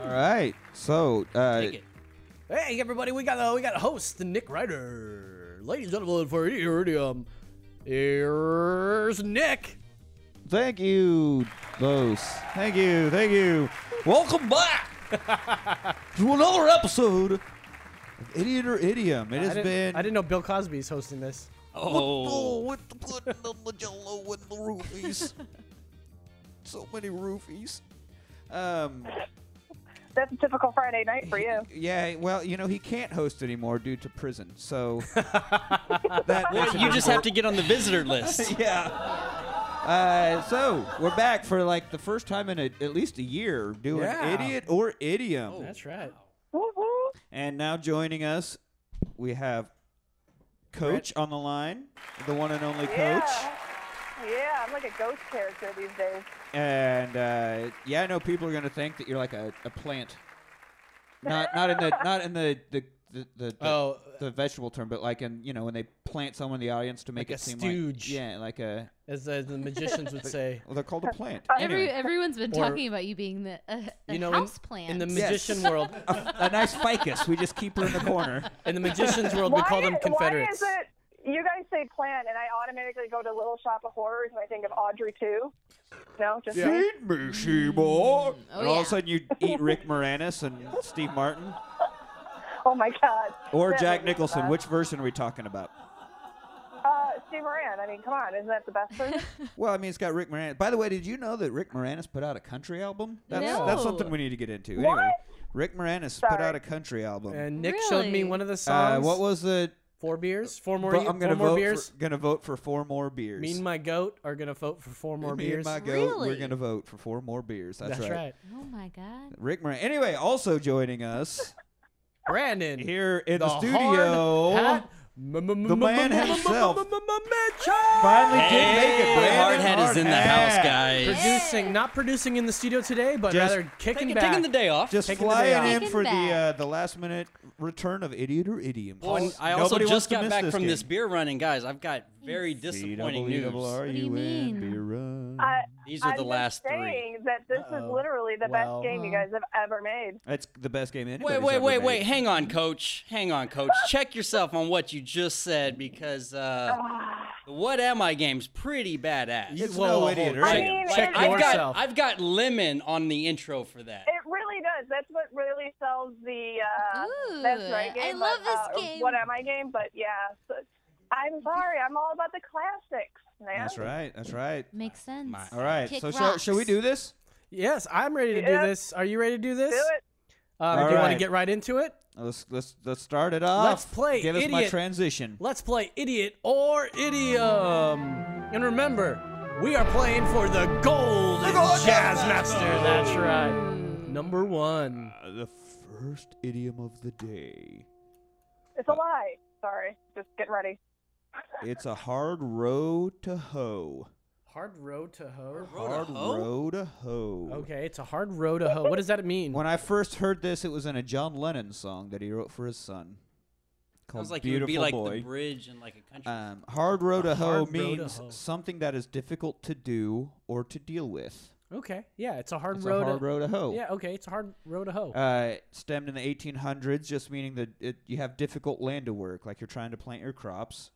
S1: All right. So, uh,
S4: Hey everybody, we got uh, we got a host, Nick Ryder. Ladies and gentlemen, for Iridium, here's Nick.
S1: thank you, Los. Thank you. Thank you. Welcome back to another episode of Idiot or Idiom. It
S4: I
S1: has
S4: didn't-
S1: been.
S4: I didn't know Bill Cosby's hosting this.
S1: Oh.
S16: with the pudding of the jello and the roofies. so many roofies.
S1: Um,
S17: That's a typical Friday night for you.
S1: yeah, well, you know, he can't host anymore due to prison. So.
S18: Well, you just have to get on the visitor list.
S1: yeah. Uh, so we're back for like the first time in a, at least a year doing
S4: Yeah.
S1: idiot or idiom.
S4: Oh,
S18: Oh,
S4: That's right.
S1: And now joining us, we have Coach on the line, the one and only Coach.
S17: Yeah, I'm like a ghost character these days.
S1: And uh, yeah, I know people are gonna think that you're like a, a plant. Not not in the not in the the the, the, the,
S4: Oh.
S1: the vegetable term, but like in you know when they plant someone in the audience to make
S4: Like
S1: it
S4: a
S1: seem like
S4: stooge.
S1: yeah, like a
S4: As uh, the magicians would say.
S1: Well, they're called a plant.
S7: Every, everyone's been
S4: Or-
S7: talking about you being the uh, a
S4: You know, in-
S7: house plant.
S4: in the magician world,
S1: a, nice ficus. We just keep her in the corner.
S4: In the magician's world, we call them
S17: Why-
S4: Confederates.
S17: Why is it you guys say plant, and I automatically go to Little Shop of Horrors and I think of Audrey too? No, just me?
S1: Feed
S4: Mm.
S1: me, Sheba.
S17: Oh,
S1: and all
S17: yeah.
S1: of a sudden, you eat Rick Moranis and Steve Martin
S17: Oh my God.
S1: or
S17: That
S1: Jack
S17: movie's
S1: Nicholson.
S17: best.
S1: Which version are we talking about?
S17: Uh, Steve Moran. I mean, come on, isn't that the best version?
S1: Well, I mean, it's got Rick Moranis. By the way, did you know that Rick Moranis put out a country album? That's, that's
S4: No.
S1: something we need to get into.
S4: What?
S1: Anyway, Rick Moranis put out a country album.
S4: And Nick showed me one of the
S1: Uh,
S4: songs.
S1: what was the?
S4: Four beers. Four more.
S1: But
S4: ye-
S1: I'm gonna
S4: four more
S1: vote
S4: beers.
S1: For, gonna vote for four more beers.
S4: Me and my goat are gonna vote for four more
S1: Me and
S4: beers.
S1: my goat, We're gonna vote for four more beers. That's,
S4: That's
S1: right.
S4: right.
S7: Oh my god.
S1: Rick Moran. Anyway, also joining us,
S4: Brandon
S1: here in the,
S4: the
S1: studio,
S4: hard hat
S1: the man himself.
S4: Finally
S1: did make it. Brandon
S18: Hardhead is in the house, guys.
S4: Producing, not producing in the studio today, but
S1: Just
S4: rather kicking
S18: taking-
S4: back,
S18: taking the day off.
S1: Just
S4: taking the day
S1: flying
S4: off.
S1: in for the uh, the last minute return of idiot or idiom.
S18: Well, and I also just got back from this beer running, guys. I've got very disappointing news.
S17: I,
S1: Mm.
S18: These are
S17: I'm
S18: the
S17: just
S18: last three.
S17: saying that this is
S18: Uh-oh.
S17: literally the
S18: Well.
S17: best game
S1: uh.
S17: you guys have ever made.
S1: That's the best game in.
S18: Wait, wait, wait, wait. Hang on, coach. Hang on, coach. Check yourself on what you just said because uh, the What Am I game's pretty badass.
S1: It's Whoa, no whoa, idiot, whoa. right?
S18: Check,
S1: I mean,
S18: check
S1: it-
S18: I've
S1: yourself.
S18: got I've got lemon on the intro for that.
S17: It really does. That's what really sells the uh,
S13: Ooh,
S17: that's right
S13: I
S17: game.
S13: love
S17: but, uh,
S13: this
S17: or
S13: game.
S17: What am I game? But yeah, so- I'm sorry. I'm all about the classics, man.
S1: That's right. That's right.
S7: Makes sense.
S1: All right. so shall, shall we do this?
S4: Yes, I'm ready to
S17: Yeah.
S4: do this. Are you ready to do this? Do it. Uh, do
S1: All
S4: you want to
S1: right.
S4: get right into it?
S1: Let's let's let's start it off.
S4: Let's play
S1: Give us my
S4: idiot.
S1: transition.
S4: Let's play idiot or idiom. And remember, we are playing for the gold
S1: The Golden
S4: Jazz
S1: Jazz
S4: Master.
S1: Master.
S4: That's right. Number one.
S1: Uh, the first idiom of the day.
S17: It's a lie. Sorry. Just getting ready.
S1: It's a hard row to hoe.
S4: Hard road to hoe.
S1: Hard row to hoe.
S4: Okay, it's a hard road to hoe. What does that mean?
S1: When I first heard this, it was in a John Lennon song that he wrote for his son. Called
S18: Sounds like
S1: Beautiful
S18: it would be
S1: Boy.
S18: like the bridge and like a country.
S1: Um, hard row to
S18: A hard
S1: hoe
S18: row to
S1: means
S18: hoe.
S1: something that is difficult to do or to deal with.
S4: Okay, yeah, it's a hard
S1: It's a
S4: road.
S1: hard row to hoe.
S4: Yeah, okay, it's a hard road to hoe.
S1: Uh, stemmed in the 1800s, just meaning that it, you have difficult land to work, like you're trying to plant your crops.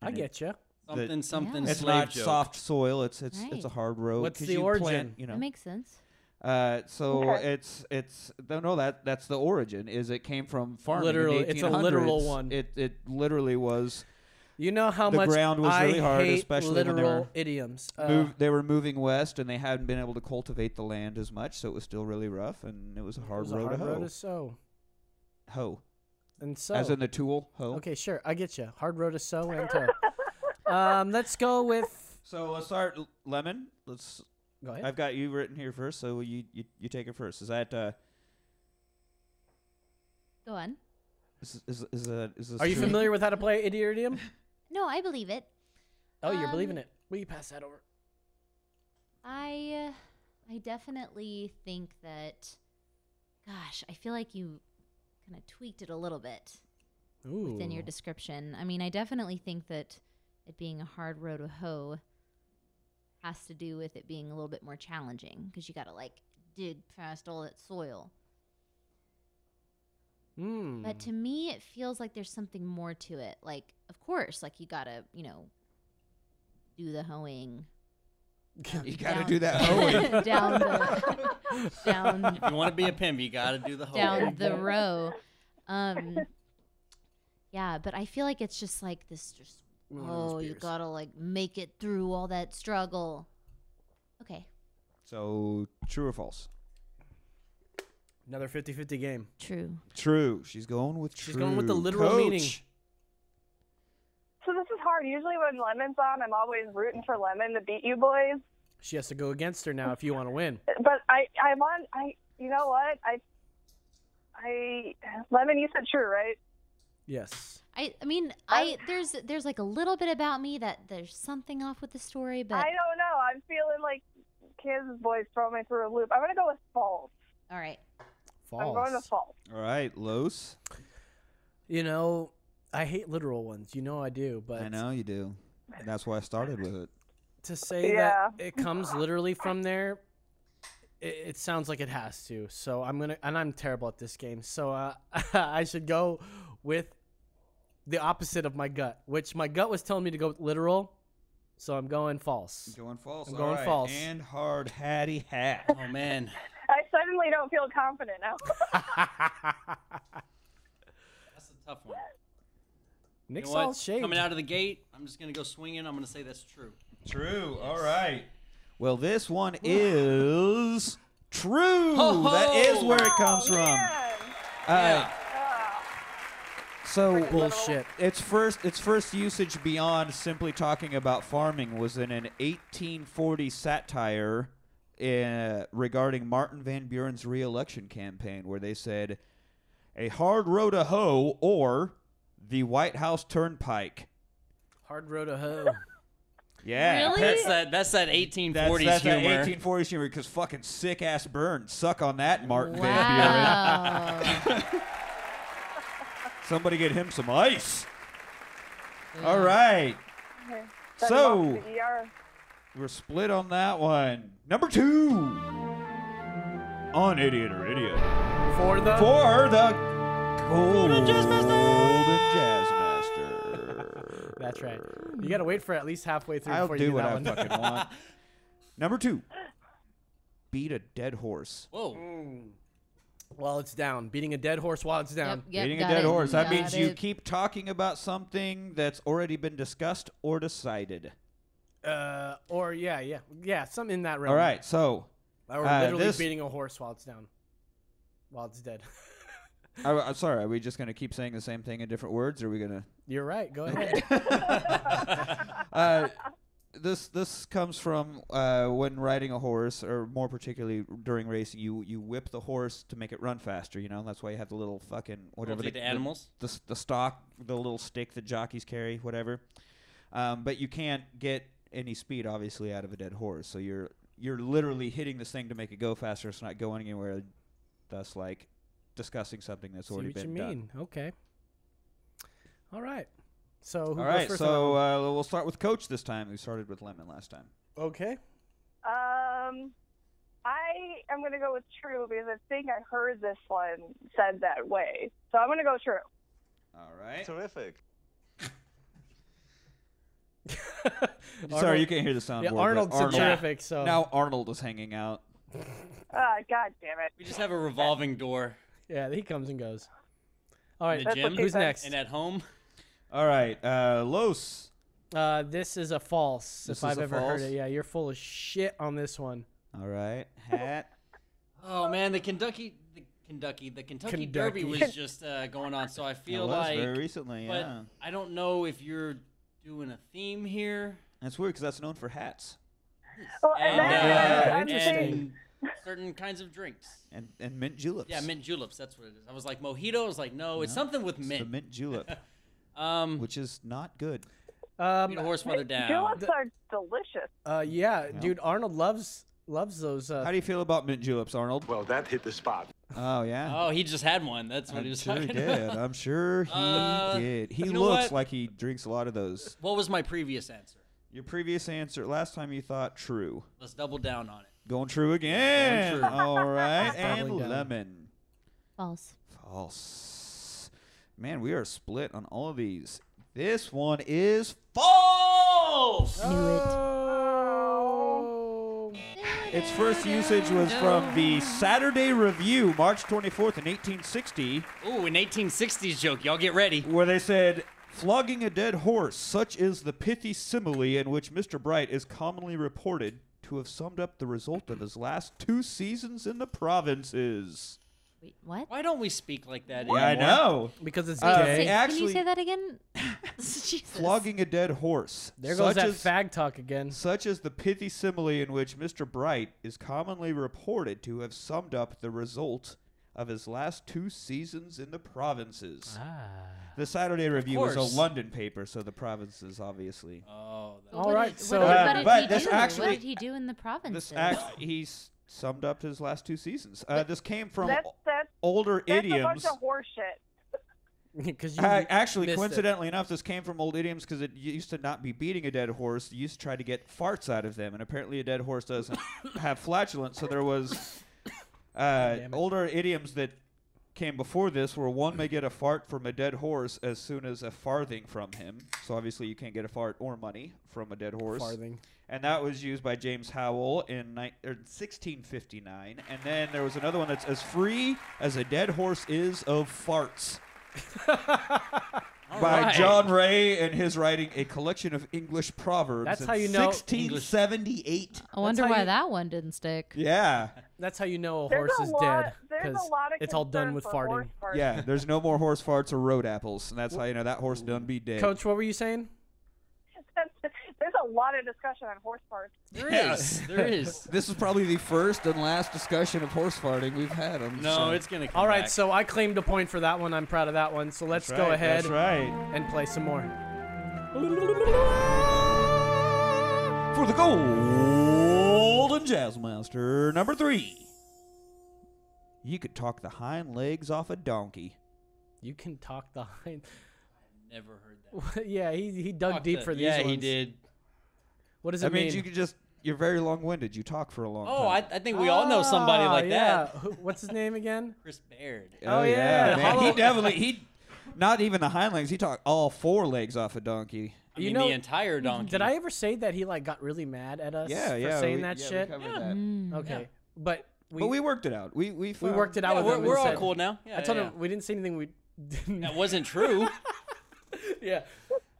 S4: I
S1: and it-
S4: get you.
S1: the-
S18: Something, something
S1: It's
S18: slave
S1: not
S18: joke.
S1: soft soil. It's it's it's a
S7: Right.
S1: hard road.
S4: What's
S1: 'cause
S4: the
S1: you
S4: origin?
S1: Plant, you know.
S7: That makes sense.
S1: Uh, so
S7: Okay.
S1: it's it's no no that that's the origin is it came from farming. in the
S4: Literal- it's a literal
S1: 1800s.
S4: one.
S1: It it literally was.
S4: You know how
S1: the
S4: much
S1: ground was
S4: I
S1: really hard,
S4: hate
S1: especially when they
S4: literal
S1: were
S4: idioms. Uh,
S1: move, they were moving west and they hadn't been able to cultivate the land as much, so it was still really rough and it was a
S4: It
S1: hard
S4: was a
S1: road
S4: hard
S1: to
S4: row
S1: hoe.
S4: to sow.
S1: Hoe.
S4: And so,
S1: As in the tool hoe.
S4: Okay, sure, I get you. Hard road to sow and toe. um, let's go with.
S1: So let's start l- lemon. Let's.
S4: Go ahead.
S1: I've got you written here first, so you you, you take it first. Is that uh,
S7: Go on.
S1: is is is, uh, is this
S4: Are you
S1: true?
S4: familiar with how to play idiot or idiom?
S7: No, I believe it.
S4: Oh, you're
S7: Um,
S4: believing it. Will you pass that over?
S7: I uh, I definitely think that gosh, I feel like you kind of tweaked it a little bit within your
S4: Ooh.
S7: description. I mean, I definitely think that it being a hard row to hoe has to do with it being a little bit more challenging because you got to like dig past all that soil.
S4: Mm.
S7: But to me, it feels like there's something more to it. Like, of course, like you gotta, you know, do the hoeing.
S1: You
S7: gotta
S1: do that hoeing.
S7: down the down
S18: If you want to be a pimp, you got to do the whole
S7: down the row. Um, yeah, but I feel like it's just like this. Just
S18: One of those
S7: oh, you
S18: beers.
S7: gotta like make it through all that struggle. Okay,
S1: So true or false?
S4: Another 50 50 game.
S7: True.
S1: True. She's going with true.
S4: She's going with the literal
S1: Coach.
S4: meaning.
S17: So this is hard. Usually when Lemon's on, I'm always rooting for Lemon to beat you boys.
S4: She has to go against her now if you want to win.
S17: But I, I'm on. I, you know what? I, I, Lemon, you said true, right?
S4: Yes.
S7: I, I mean, I there's there's like a little bit about me that there's something off with the story, but
S17: I don't know. I'm feeling like Kansas boys throw me through a loop. I'm gonna go with false.
S7: All right.
S17: I'm going with false.
S1: All right, Los.
S4: You know, I hate literal ones. You know I do, but
S1: I know you do. That's why I started with it.
S4: to say
S17: Yeah.
S4: that it comes literally from there, it, it sounds like it has to. So I'm gonna, and I'm terrible at this game. So uh, I should go with the opposite of my gut, which my gut was telling me to go with literal. So I'm going false.
S1: Going false.
S4: I'm
S1: all
S4: going
S1: right.
S4: false.
S1: And hard hatty hat.
S18: Oh man.
S17: I suddenly don't feel confident now.
S18: That's a tough one. You
S4: Nick's
S18: know what?
S4: all shaved.
S18: Coming out of the gate, I'm just gonna go swinging. I'm gonna say that's true.
S1: True. All right. Well, this one is true. That is where it comes from. Uh, So
S4: bullshit.
S1: Its first its first usage beyond simply talking about farming was in an 1840 satire uh, regarding Martin Van Buren's reelection campaign, where they said, "A hard row to hoe, or the White House Turnpike."
S4: Hard road to hoe.
S1: Yeah,
S18: That's that. That's that 1840s
S1: That's, that's
S18: humor.
S1: that 1840s humor because fucking sick ass burn. Suck on that, Martin Van Buren. Somebody get him some ice. All right.
S17: Okay.
S1: So-
S17: Send him off to the ER.
S1: We're split on that one. Number two on Idiot or Idiot.
S4: For the
S1: For the Golden Jazz Master.
S4: That's right. You gotta wait for at least halfway through
S1: I'll
S4: before
S1: do
S4: you do
S1: what
S4: that
S1: I
S4: one.
S1: fucking want. Number two. Beat a dead horse.
S18: Whoa.
S4: Mm. While it's down, beating a dead horse while it's down.
S7: Yep,
S1: Beating a
S7: got
S1: dead
S7: it,
S1: horse. That
S7: got
S1: means you
S7: it.
S1: keep talking about something that's already been discussed or decided.
S4: Uh, or yeah, yeah, yeah, something in that realm.
S1: All right, so
S4: Or
S1: uh,
S4: literally
S1: this-
S4: beating a horse while it's down, while it's dead.
S1: I, I'm sorry. Are we just gonna keep saying the same thing in different words? Or are we gonna?
S4: You're right. Go ahead.
S1: Uh, this this comes from uh, when riding a horse, or more particularly during racing, you you whip the horse to make it run faster. You know that's why you have the little fucking whatever
S18: Little
S1: the
S18: thing to animals?
S1: the, the, the stock, the little stick that jockeys carry, whatever. Um, but you can't get any speed obviously out of a dead horse, so you're you're literally hitting this thing to make it go faster. It's not going anywhere. Thus, like discussing something that's
S4: See
S1: already
S4: what you
S1: been done.
S4: mean? Okay. All right. So who
S1: All
S4: goes
S1: right,
S4: first?
S1: so uh, we'll start with Coach this time. We started with Lemon last time.
S4: okay.
S17: Um, I am gonna go with true because I think I heard this one said that way. So I'm gonna go true.
S1: All right.
S16: Terrific.
S1: Sorry, you can't hear the soundboard.
S4: Yeah,
S1: but
S4: Arnold's
S1: Arnold,
S4: terrific. So
S1: Now Arnold is hanging out.
S17: Ah, god damn it.
S18: We just have a revolving door
S4: yeah, he comes and goes. All right.
S18: in the gym.
S4: Who's next?
S18: And at home.
S1: All right, uh, Los.
S4: Uh, this is a false.
S1: This
S4: if I've
S1: is a
S4: ever
S1: false?
S4: heard it, yeah, you're full of shit on this one.
S1: All right, hat.
S18: Oh man, the Kentucky, the Kentucky, the Kentucky, Derby
S4: Kentucky.
S18: was just uh, going on, so I feel
S1: was
S18: like
S1: very recently,
S18: But
S1: yeah.
S18: I don't know if you're doing a theme here.
S1: that's weird because that's known for hats
S17: Well,
S18: And,
S17: Oh, and that's-
S18: uh,
S17: that's the
S18: and
S17: thing.
S18: certain kinds of drinks.
S1: and and mint juleps.
S18: Yeah, mint juleps. That's what it is. I was like mojito. I was like, no, Oh, it's something with
S1: It's
S18: mint.
S1: The mint julep,
S18: Um,
S1: which is not good.
S18: beat
S4: Um,
S18: a horse mother down.
S17: Juleps are delicious.
S4: uh, yeah, dude, Arnold loves loves those. Uh,
S1: How do you feel about mint juleps, Arnold?
S19: Well, that hit the spot.
S1: Oh yeah.
S18: Oh, he just had one. That's what
S1: I'm
S18: he was
S1: sure he
S18: talking
S1: did.
S18: about.
S1: I'm sure he
S18: Uh,
S1: did. He
S18: you know
S1: looks
S18: what?
S1: like he drinks a lot of those.
S18: What was my previous answer?
S1: Your previous answer last time you thought true.
S18: Let's double down on it.
S1: Going true again.
S18: true.
S1: All right.
S18: It's
S1: and
S18: doubling down.
S1: lemon.
S7: False.
S1: False. Man, we are split on all of these. This one is false. Oh. Its first usage was from the Saturday Review, March 24th, in 1860.
S18: Ooh, an 1860s joke. Y'all get ready.
S1: Where they said, flogging a dead horse, such is the pithy simile in which Mr. Bright is commonly reported to have summed up the result of his last two seasons in the provinces.
S7: Wait, what?
S18: Why don't we speak like that?
S1: Yeah, I
S18: anymore?
S1: know.
S4: Because it's
S7: Wait,
S1: gay.
S7: say- can you
S1: Actually,
S7: say that again? Jesus.
S1: flogging a dead horse.
S4: There goes
S1: such
S4: that
S1: as-
S4: fag talk again.
S1: Such is the pithy simile in which Mr. Bright is commonly reported to have summed up the result of his last two seasons in the provinces.
S4: Ah.
S1: The Saturday Review was a
S18: course.
S1: London paper, so the provinces, obviously.
S18: Oh,
S7: But what
S4: right,
S7: did-
S4: so-
S7: what,
S1: Uh,
S7: what did
S1: but
S7: he
S1: this
S7: do?
S1: actually-
S7: what did he do in the provinces?
S1: This act, he's summed up his last two seasons. Uh, this came from
S17: that's that's
S1: older
S17: that's a bunch
S1: idioms.
S17: of horseshit.
S4: Because
S1: Uh, actually, coincidentally enough, this came from old idioms because it used to not be beating a dead horse. You used to try to get farts out of them, and apparently a dead horse doesn't have flatulence. So there was uh, older idioms that came before this where one may get a fart from a dead horse as soon as a farthing from him. So obviously you can't get a fart or money from a dead horse.
S4: Farthing.
S1: And that was used by James Howell in ni- er, 1659. And then there was another one that's as free as a dead horse is of farts by
S4: right.
S1: John Ray and his writing A Collection of English Proverbs.
S4: That's
S1: in
S4: how you know-
S1: 1678.
S7: I wonder
S4: That's how
S7: why
S4: you-
S7: that one didn't stick.
S1: Yeah.
S4: That's how you know a
S17: There's
S4: horse
S17: a
S4: is
S17: lot-
S4: dead
S17: there's a
S4: because
S17: lot of
S4: it's all done
S17: concern
S4: with
S17: for
S4: farting.
S17: horse farts.
S1: Yeah, there's no more horse farts or road apples, and that's how you know that horse done be dead.
S4: Coach, what were you saying?
S17: There's a lot of discussion on horse parts.
S1: Yeah.
S18: There is.
S1: this is probably the first and last discussion of horse farting we've had on the show.
S18: gonna.
S4: All right,
S1: back.
S4: so I claimed a point for that one. I'm proud of that one. So let's
S1: That's
S4: go
S1: right,
S4: ahead
S1: that's right.
S4: and play some more.
S1: for the Golden Jazz Master number three. You could talk the hind legs off a donkey.
S4: You can talk the hind.
S18: Never heard that.
S4: yeah, he he dug
S18: Talk
S4: deep
S18: the-
S4: for these
S18: yeah,
S4: ones.
S18: he did.
S4: What does it
S1: that means you
S4: mean?
S1: could just you're very long winded. You talk for a long
S18: Oh,
S1: time.
S18: I, I think we all know somebody
S4: Ah,
S18: like
S4: yeah.
S18: that.
S4: Who- What's his name again?
S18: Chris Baird.
S4: Oh,
S1: man.
S4: yeah.
S1: he
S4: Hollow-
S1: definitely he not even the hind legs. He talked all four legs off a donkey.
S18: I mean, the entire donkey.
S4: Did I ever say that he like got really mad at us
S1: Yeah,
S4: for
S1: yeah,
S4: saying
S1: we-
S4: that
S1: yeah, we
S4: shit?
S1: covered that. Mm.
S4: Okay,
S18: Yeah.
S4: but we
S1: but we worked it out. We we
S4: we
S1: found-
S4: worked it out.
S18: Yeah,
S4: with
S18: we're-
S4: him and
S18: we're all
S4: said-
S18: cool now.
S4: I
S18: Yeah,
S4: told
S18: yeah,
S4: him we didn't say anything we didn't.
S18: That wasn't true.
S4: yeah,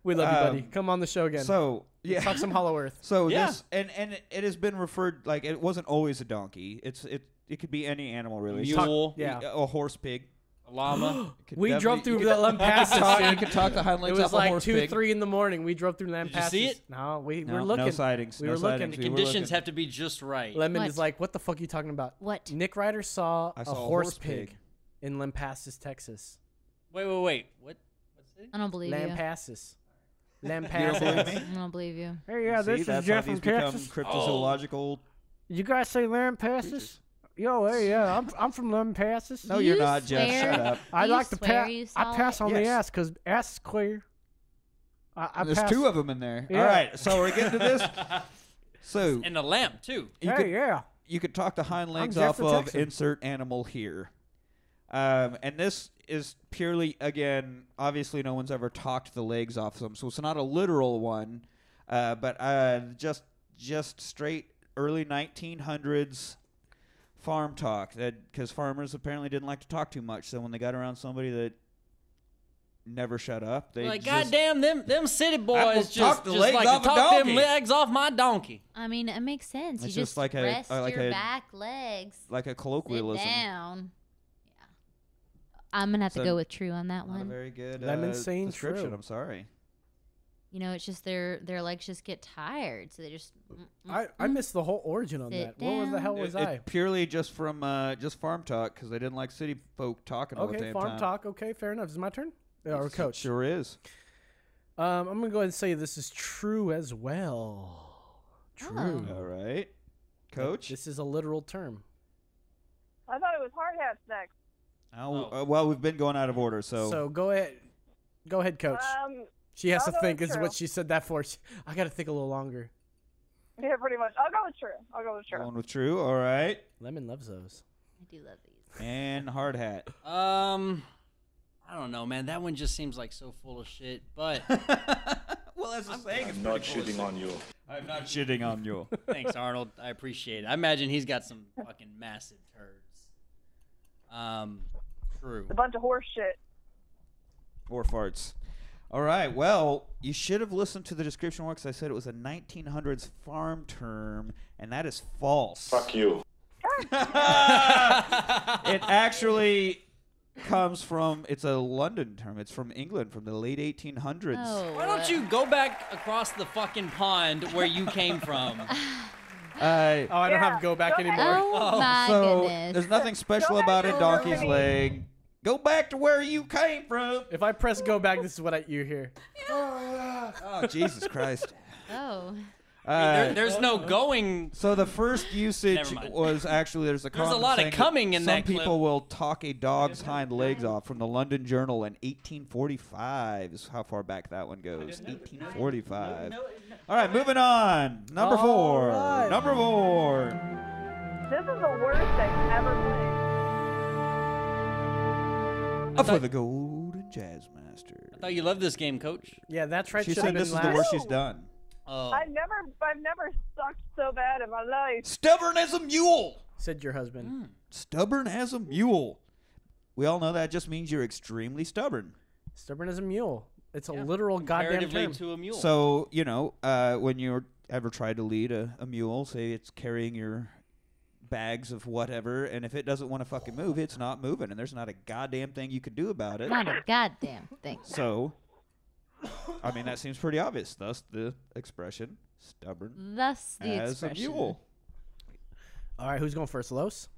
S4: we love you, buddy.
S1: Um,
S4: Come on the show again.
S1: So
S4: Let's
S1: yeah,
S4: talk some Hollow Earth.
S1: So
S4: Yeah.
S1: this and and it has been referred like it wasn't always a donkey. It's it it could be any animal really.
S18: A mule.
S1: yeah,
S4: Yeah.
S1: a horse, pig.
S18: A llama.
S1: Could
S4: we
S1: definitely-
S4: drove through
S1: you
S4: the Lamp Passes.
S1: Talk, you
S4: dude.
S1: could talk the hind legs
S4: It was
S1: off a
S4: like
S1: horse
S4: two,
S1: pig.
S4: three in the morning. We drove through Lamp
S18: Did you
S4: Passes.
S18: see it?
S4: No, we
S1: No,
S4: were
S1: no
S4: looking.
S1: sightings,
S4: We
S1: no
S4: were looking.
S1: sightings. We were
S18: Conditions
S1: looking.
S18: have to be just right.
S4: Lemon
S7: What?
S4: is like, what the fuck are you talking about?
S7: What?
S4: Nick Ryder saw,
S1: I
S4: a
S1: saw
S4: horse, pig, in Lampasas, Texas.
S18: Wait, wait, wait. What?
S7: I don't believe you.
S4: Lampasas.
S1: You don't believe
S4: Lampasas.
S1: me?
S7: I don't believe you.
S19: Hey, yeah,
S1: See,
S19: this
S1: that's
S19: is Jeff
S1: how these
S19: from
S1: become
S19: Texas.
S1: cryptozoological.
S19: You guys say Lamb Passes? Yo, hey, yeah, I'm, I'm from Lamb Passes.
S1: No, you're You not, Jeff. Shut swear- up.
S19: I
S7: you
S19: like to
S7: swear
S19: pass.
S7: you
S19: I
S7: saw
S19: pass
S7: it?
S19: on the
S7: Yes.
S19: ass because ass is clear. I, I
S1: There's
S19: pass.
S1: two of them in there.
S19: Yeah.
S1: All right, so we're getting to this. So
S18: And a lamp too.
S1: you
S19: hey,
S1: could,
S19: yeah.
S1: you could talk the hind legs
S19: Jeff
S1: off
S19: the
S1: of
S19: Texan.
S1: insert animal here. Um, and this is purely, again, obviously no one's ever talked the legs off them, so it's not a literal one, uh, but uh, just just straight early 1900s farm talk. That because farmers apparently didn't like to talk too much, so when they got around somebody that never shut up, they
S18: Like,
S1: just
S18: goddamn, them them city
S1: will
S18: boys just,
S1: talk
S18: just
S1: the legs
S18: like
S1: off a
S18: to talk them
S1: donkey.
S18: legs off my donkey.
S7: I mean, it makes sense. you
S1: It's
S7: just,
S1: just like a-
S7: rest
S1: uh, like
S7: your
S1: a-
S7: back legs.
S1: like a
S7: Sit
S1: colloquialism.
S7: down. Yeah. I'm gonna have
S1: So-
S7: to go with true on that
S1: Not a
S7: one.
S1: very good
S4: Lemon
S1: uh,
S4: saying
S1: description.
S4: true.
S1: I'm sorry.
S7: you know, it's just their their legs just get tired, so they just. mm, mm.
S4: I, I missed the whole origin on
S7: Sit
S4: that. What the hell
S1: It-
S4: was
S1: it
S4: I?
S1: purely just from uh, just farm talk because they didn't like city folk talking all the
S4: Okay,
S1: damn
S4: farm
S1: time.
S4: talk. Okay, fair enough. Is it my turn? Yeah, Or
S1: It
S4: coach?
S1: sure is.
S4: Um, I'm gonna go ahead and say this is true as well. True.
S7: Oh.
S1: All right,
S4: Th-
S1: coach.
S4: This is a literal term.
S17: I thought it was hard hats next.
S1: Oh, uh, well, we've been going out of order, so.
S4: So go ahead, go ahead, coach.
S17: Um,
S4: she has
S17: I'll
S4: to
S17: go
S4: think.
S17: with
S4: Is
S17: Trill.
S4: what she said that for. She- I got to think a little longer.
S17: Yeah, pretty much. I'll go with true. I'll go with true.
S1: Going with true. All right.
S4: Lemon loves those.
S7: I do love these.
S1: And hard hat.
S18: Um, I don't know, man. That one just seems like so full of shit. But
S1: well, as a
S18: saying,
S1: I'm not shitting on
S18: you. I'm not
S1: Shitting on you.
S18: Thanks, Arnold. I appreciate it. I imagine he's got some fucking massive turds. Um, true.
S17: A bunch of horse shit.
S1: Or farts. All right. Well, you should have listened to the description works. I said it was a 1900s farm term, and that is false. Fuck
S16: you.
S1: it actually comes from. It's a London term. It's from England, from the late 1800s.
S4: Oh,
S18: Why
S4: uh,
S18: don't you go back across the fucking pond where you came from?
S1: I,
S4: oh, I don't have go back anymore.
S18: Oh, my
S1: Uh, so
S18: goodness.
S1: there's nothing special about a donkey's leg. Go back to where you came from.
S4: If I press go back, this is what I, you hear.
S1: Oh Jesus Christ! Uh,
S7: Oh.
S18: there- there's no
S17: Uh,
S18: going.
S1: So the first usage
S18: Never mind.
S1: was actually there's a
S18: There's a
S1: comment
S18: lot of
S1: saying that
S18: coming in
S1: some
S18: that clip.
S1: people will talk a dog's hind legs off from the London Journal in 1845 is how far back that one goes. 1845. All right, moving on. Number
S17: All
S1: four.
S17: right.
S1: Number four.
S17: This is the worst I've ever played.
S1: for the Golden Jazz Master.
S18: I thought you loved this game, Coach.
S4: Yeah, that's right.
S1: She
S4: should've
S1: said
S4: been
S1: this is the
S4: last.
S1: worst she's done.
S18: Oh.
S17: I've never, I've never sucked so bad in my life.
S1: Stubborn as a mule.
S4: Said your husband.
S1: Hmm. Stubborn as a mule. We all know that just means you're extremely stubborn.
S4: Stubborn as a mule. It's a literal goddamn
S18: Comparatively
S4: term.
S18: to a mule.
S1: So you know, uh, when you're ever tried to lead a, a mule, say it's carrying your bags of whatever, and if it doesn't want to fucking move, it's not moving, and there's not a goddamn thing you could do about it.
S7: Not a goddamn thing.
S1: So, I mean, that seems pretty obvious. Thus the expression "stubborn
S7: Thus the
S1: as
S7: expression.
S1: a mule."
S4: All right, who's going first, Los?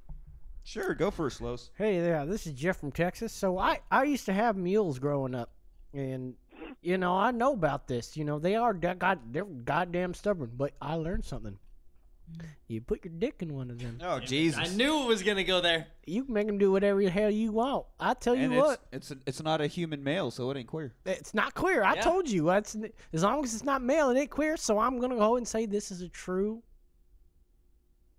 S1: Sure, go first, Los.
S19: Hey there, this is Jeff from Texas. So I, I used to have mules growing up, and you know I know about this. You know they are da- god they're goddamn stubborn, but I learned something. You put your dick in one of them.
S1: Oh Jesus!
S18: Mm. I knew it was gonna go there.
S19: You can make them do whatever the hell you want. I tell
S1: And
S19: you
S1: it's
S19: what,
S1: it's it's not a human male, so it ain't queer.
S19: it's not queer. I
S1: Yeah.
S19: told you. That's as long as it's not male, it ain't queer. So I'm gonna go and say this is a true,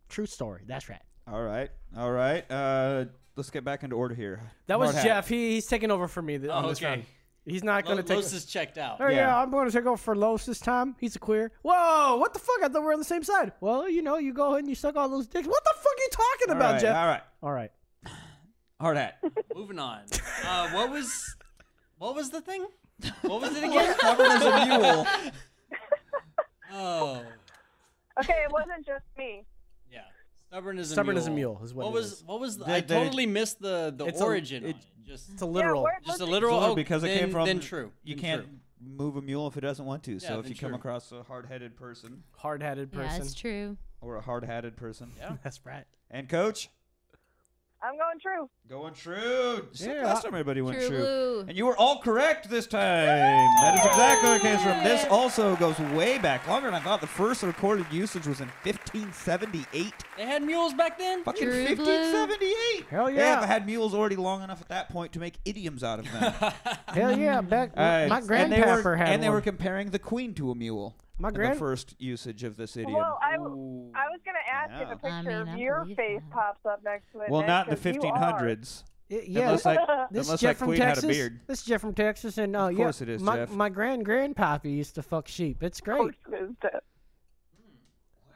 S19: true story. That's right.
S1: All right, all right. Uh, let's get back into order here.
S4: That was
S1: Hard hat.
S4: Jeff. He, he's taking over for me th- on this
S1: okay.
S4: round. He's not going to
S18: Lo-
S4: take.
S18: Los is checked out.
S19: Oh yeah. I'm going to take over for Los this time. He's a queer. Whoa, what the fuck? I thought we were on the same side. Well, you know, you go ahead and you suck all those dicks. What the fuck are you talking
S1: All
S19: about,
S1: right,
S19: Jeff?
S1: All right,
S19: all right.
S1: hard hat.
S18: Moving on. Uh, what was what was the thing? What was it again?
S1: Stubborn as a mule.
S18: Oh,
S17: Okay, it wasn't just me.
S18: yeah. Stubborn as a
S4: Stubborn
S18: mule.
S4: as a mule is what it
S18: was
S4: is.
S18: what was the,
S4: The-
S18: I
S4: the-
S18: totally missed the the
S4: It's a-
S18: origin. on
S4: it-
S18: it. Just
S4: it's a literal. Yeah, where-
S18: just a
S4: what's it-
S18: literal.
S1: Lord,
S18: oh,
S1: because
S18: then,
S1: it came from
S18: then true.
S1: You
S18: then
S1: can't
S18: true.
S1: move a mule if it doesn't want to. so if
S18: then
S1: you come
S18: true.
S1: across a hard-headed person,
S4: hard-headed
S7: Yeah,
S4: person.
S7: that's true.
S1: or a hard-headed person,
S18: yeah,
S4: that's right.
S1: And coach,
S17: I'm going true.
S1: going true. Just like
S17: Yeah.
S1: last time everybody went
S17: True
S1: true,
S17: blue.
S1: and you were all correct this time. That is exactly where it came from. This also goes way back, longer than I thought. The first recorded usage was in 1578.
S18: They had mules back then.
S1: Fucking 1578.
S19: Hell
S1: They
S19: yeah.
S1: have had mules already long enough at that point to make idioms out of them.
S19: Hell yeah. Back
S1: Uh,
S19: my
S1: and they
S19: grandpapper
S1: were,
S19: had
S1: and they
S19: one.
S1: were comparing the queen to a mule.
S19: My
S1: in
S19: grand-
S1: the first usage of this idiom.
S17: Well, I, w- I was gonna ask if a
S1: Yeah.
S17: picture of your face pops up next to it.
S1: Well, not
S17: next,
S1: in the
S17: 'cause you are.
S1: 1500s.
S19: Y- yeah,
S1: Unless that,
S19: this
S1: unless
S19: Jeff
S1: that
S19: from
S1: queen
S19: Texas.
S1: had a beard.
S19: This is Jeff from Texas, and uh,
S1: Of
S19: yeah,
S1: course it is,
S19: my,
S1: Jeff.
S19: My grand grandpappy used to fuck sheep. It's great.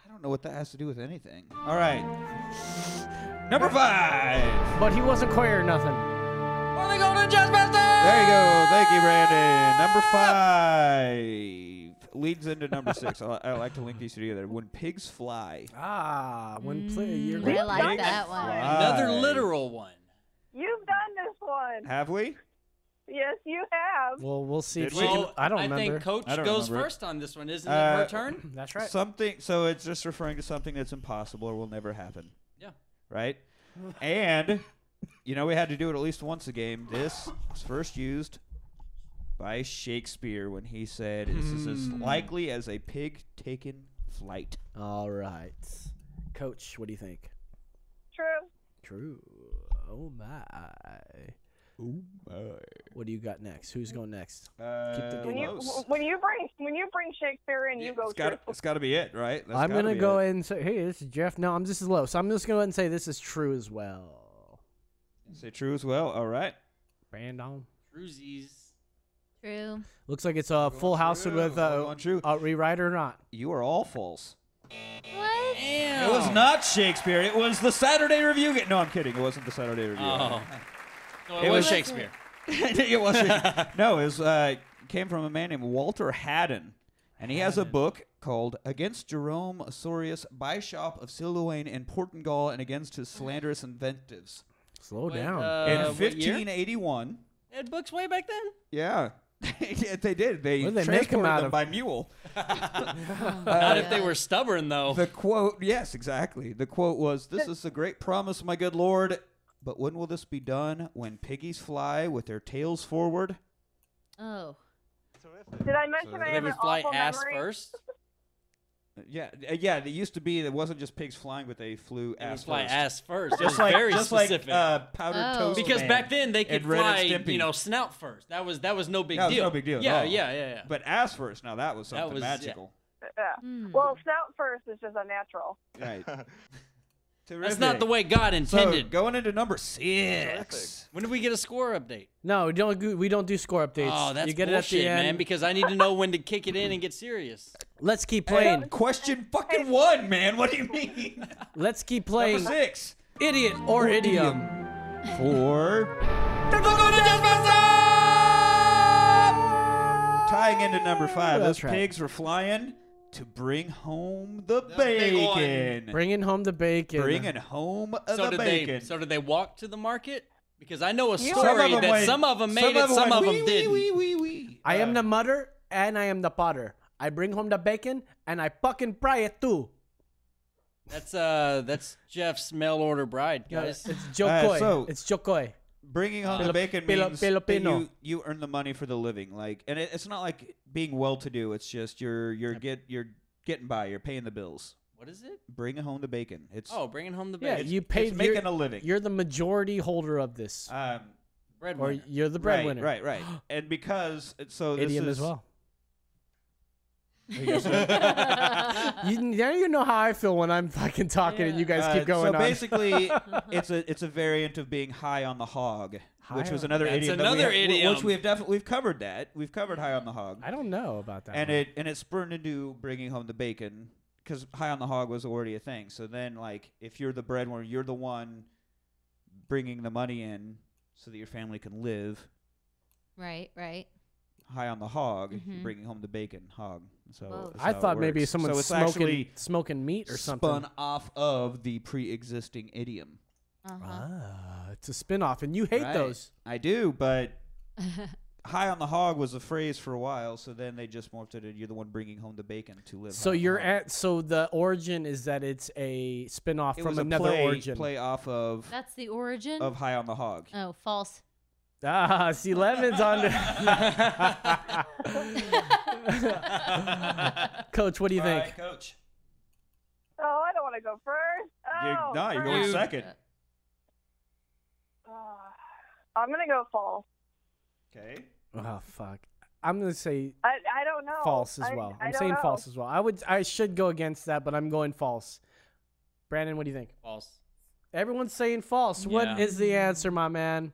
S1: I don't know what that has to do with anything. All right. Number five.
S19: But he wasn't queer or nothing.
S18: Well, they go to Jazz Master.
S1: There you go. Thank you, Brandon. Number five leads into number six. I, I like to link these two together. When pigs fly.
S4: Ah, when play you're
S1: Mm, I like
S4: pigs
S1: that one.
S4: fly.
S18: Another literal one.
S17: You've done this one.
S1: Have we?
S17: Yes, you have.
S4: Well, we'll see.
S1: Did
S4: if she
S1: we?
S4: can, I don't
S18: I
S4: remember.
S18: think Coach
S1: I don't
S18: goes
S1: remember it.
S18: first on this one, isn't it?
S1: Uh,
S18: Her turn.
S4: That's
S1: Something. So it's just referring to something that's impossible or will never happen.
S18: Yeah.
S1: Right. and you know we had to do it at least once a game. This was first used by Shakespeare when he said, "This is as
S4: Hmm.
S1: likely as a pig taken flight."
S4: All right, Coach, what do you think?
S17: True.
S4: true. Oh my. Oh my. What do you got next? Who's going next? Keep
S1: Uh,
S17: When you
S1: Close.
S17: when you bring when you bring Shakespeare in, you go
S1: It's got
S17: true.
S1: it's got to be it, right? That's
S4: I'm
S1: gotta
S4: gonna
S1: be
S4: go
S1: it.
S4: ahead and say, hey, this is Jeff. No, I'm this is low. So I'm just gonna go ahead and say this is true as well.
S1: Say true as well. All right.
S4: Brandon.
S18: Cruisies.
S7: True.
S4: Looks like it's a uh, Full House with uh, a rewrite or not.
S1: You are all false.
S7: What?
S1: It was not Shakespeare. It was the Saturday Review. Ga- No, I'm kidding. It wasn't the Saturday Review.
S18: Oh. No, it was Shakespeare.
S1: it was. No, it was, uh, came from a man named Walter Haddon, and he has a book called "Against Jerome Osorius, Bishop of Siloane and Portugal, and Against His Slanderous Inventives."
S4: Slow
S18: Wait, down. Mm-hmm. uh,
S1: In
S18: what year?
S1: 1581.
S18: They had books way back then.
S1: Yeah. Yeah, they did. They,
S4: What did they make 'em
S1: transported
S4: out
S1: them
S4: of?
S1: by mule. Uh,
S18: Not if they were stubborn though.
S1: The quote, yes, exactly. The quote was, "This is the great promise, my good lord, but when will this be done? When piggies fly with their tails forward."
S7: Oh.
S17: Did I mention I have an awful memory?
S18: first?
S1: Yeah, uh, yeah. It used to be that it wasn't just pigs flying, but they flew
S18: They
S1: ass
S18: fly
S1: first.
S18: ass first. It
S1: Just
S18: was
S1: like,
S18: very
S1: just
S18: specific.
S1: Like, uh, powdered toast.
S18: Because
S1: man
S18: back then they could
S1: and Ren
S18: fly,
S1: and Stimpy.
S18: you know, snout first. That was that was no big
S1: that was
S18: deal.
S1: no big deal. at
S18: Yeah,
S1: all.
S18: yeah, yeah, yeah.
S1: But ass first. Now that was
S18: That
S1: something
S18: was- yeah.
S1: magical.
S17: Yeah. Well, snout first is just unnatural.
S1: Right.
S18: That's not the way God
S1: So
S18: intended.
S1: going into number six.
S18: when do we get a score update?
S4: No, we don't go- we don't do score updates.
S18: Oh, that's
S4: you get
S18: bullshit,
S4: it at the end.
S18: man. Because I need to know when to kick it in and get serious.
S4: Let's keep playing.
S1: question fucking one, man. What do you mean?
S4: Let's keep playing.
S1: six.
S4: Idiot or idiom.
S1: Four. Tying into number five,
S4: That's
S1: those
S4: right.
S1: pigs were flying to bring home the, bacon.
S4: Bringing home the bacon.
S1: Bringing home uh,
S18: so
S1: the
S18: did
S1: bacon.
S18: they? So did they walk to the market? Because I know a
S1: Yeah.
S18: story
S1: Some of 'em
S18: that
S1: went-
S18: some of them made
S1: some
S18: it,
S1: of 'em
S18: some
S1: went
S18: of them
S1: wee, wee,
S18: didn't.
S1: wee, wee, wee.
S4: I am the mother and I am the potter. I bring home the bacon and I fucking fry it too.
S18: That's uh, that's Jeff's mail order bride,
S4: No,
S18: guys.
S4: it's Jokoi. it's Jokoi.
S1: Bringing home
S4: Pil-
S1: the bacon
S4: pil-
S1: means that
S4: Filipino.
S1: you, you earn the money for the living, like, and it, it's not like being well-to-do. It's just you're you're get you're getting by. You're paying the bills.
S18: what is it?
S1: Bringing home the bacon. It's
S18: Oh, bringing home the
S4: Yeah,
S18: bacon.
S4: you paid.
S1: it's
S4: you're-
S1: making a living.
S4: You're the majority holder of this.
S1: um,
S4: or
S18: breadwinner.
S4: you're the
S1: right,
S4: breadwinner.
S1: right, right. And because so this
S4: Idiom
S1: is,
S4: as well.
S1: I guess so.
S4: You now you know how I feel when I'm fucking talking and you guys
S1: Uh,
S4: keep going
S1: so
S4: on.
S1: basically, it's a it's a variant of being high on the hog, which
S4: High
S1: was
S4: on-
S1: another
S18: That's
S1: idiom.
S18: another
S1: that we have-
S18: idiom.
S1: which we have definitely we've covered that. We've covered high on the hog,
S4: I don't know about that.
S1: and
S4: one.
S1: it and it spurned into bringing home the bacon because high on the hog was already a thing. So then, like, if you're the breadwinner, you're the one bringing the money in so that your family can live.
S7: Right, right.
S1: High on the hog, you're
S7: Mhm.
S1: bringing home the bacon hog. So
S7: Whoa.
S1: that's how
S4: I
S1: it
S4: thought maybe
S1: works.
S4: someone's
S1: so it's
S4: smoking
S1: actually
S4: smoking meat or something.
S1: spun off of the pre-existing idiom.
S4: Ah, it's a spin-off and you hate
S1: Right.
S4: those.
S1: I do, but high on the hog was a phrase for a while, so then they just morphed it. and You're the one bringing home the bacon to live.
S4: So
S1: high on the
S4: you're
S1: hog.
S4: at so the origin is that it's a spin-off
S1: It
S4: from
S1: was a
S4: another
S1: play,
S4: origin.
S1: play off of
S7: That's the origin.
S1: of high on the hog.
S7: oh, false.
S4: Ah, see Levin's on Coach, what do you think?
S1: coach.
S17: Oh, I don't want to go first.
S1: You're,
S17: Oh,
S1: nah, you're going
S17: first.
S1: second.
S17: Ah, I'm gonna go false.
S1: Okay.
S4: Oh fuck. I'm gonna say
S17: I I don't know.
S4: false as
S17: I-
S4: well.
S17: I
S4: I'm
S17: don't
S4: saying
S17: know.
S4: false as well. I would I should go against that, but I'm going false. Brandon, what do you think?
S18: False.
S4: Everyone's saying false. What
S18: Yeah.
S4: is the answer, my man?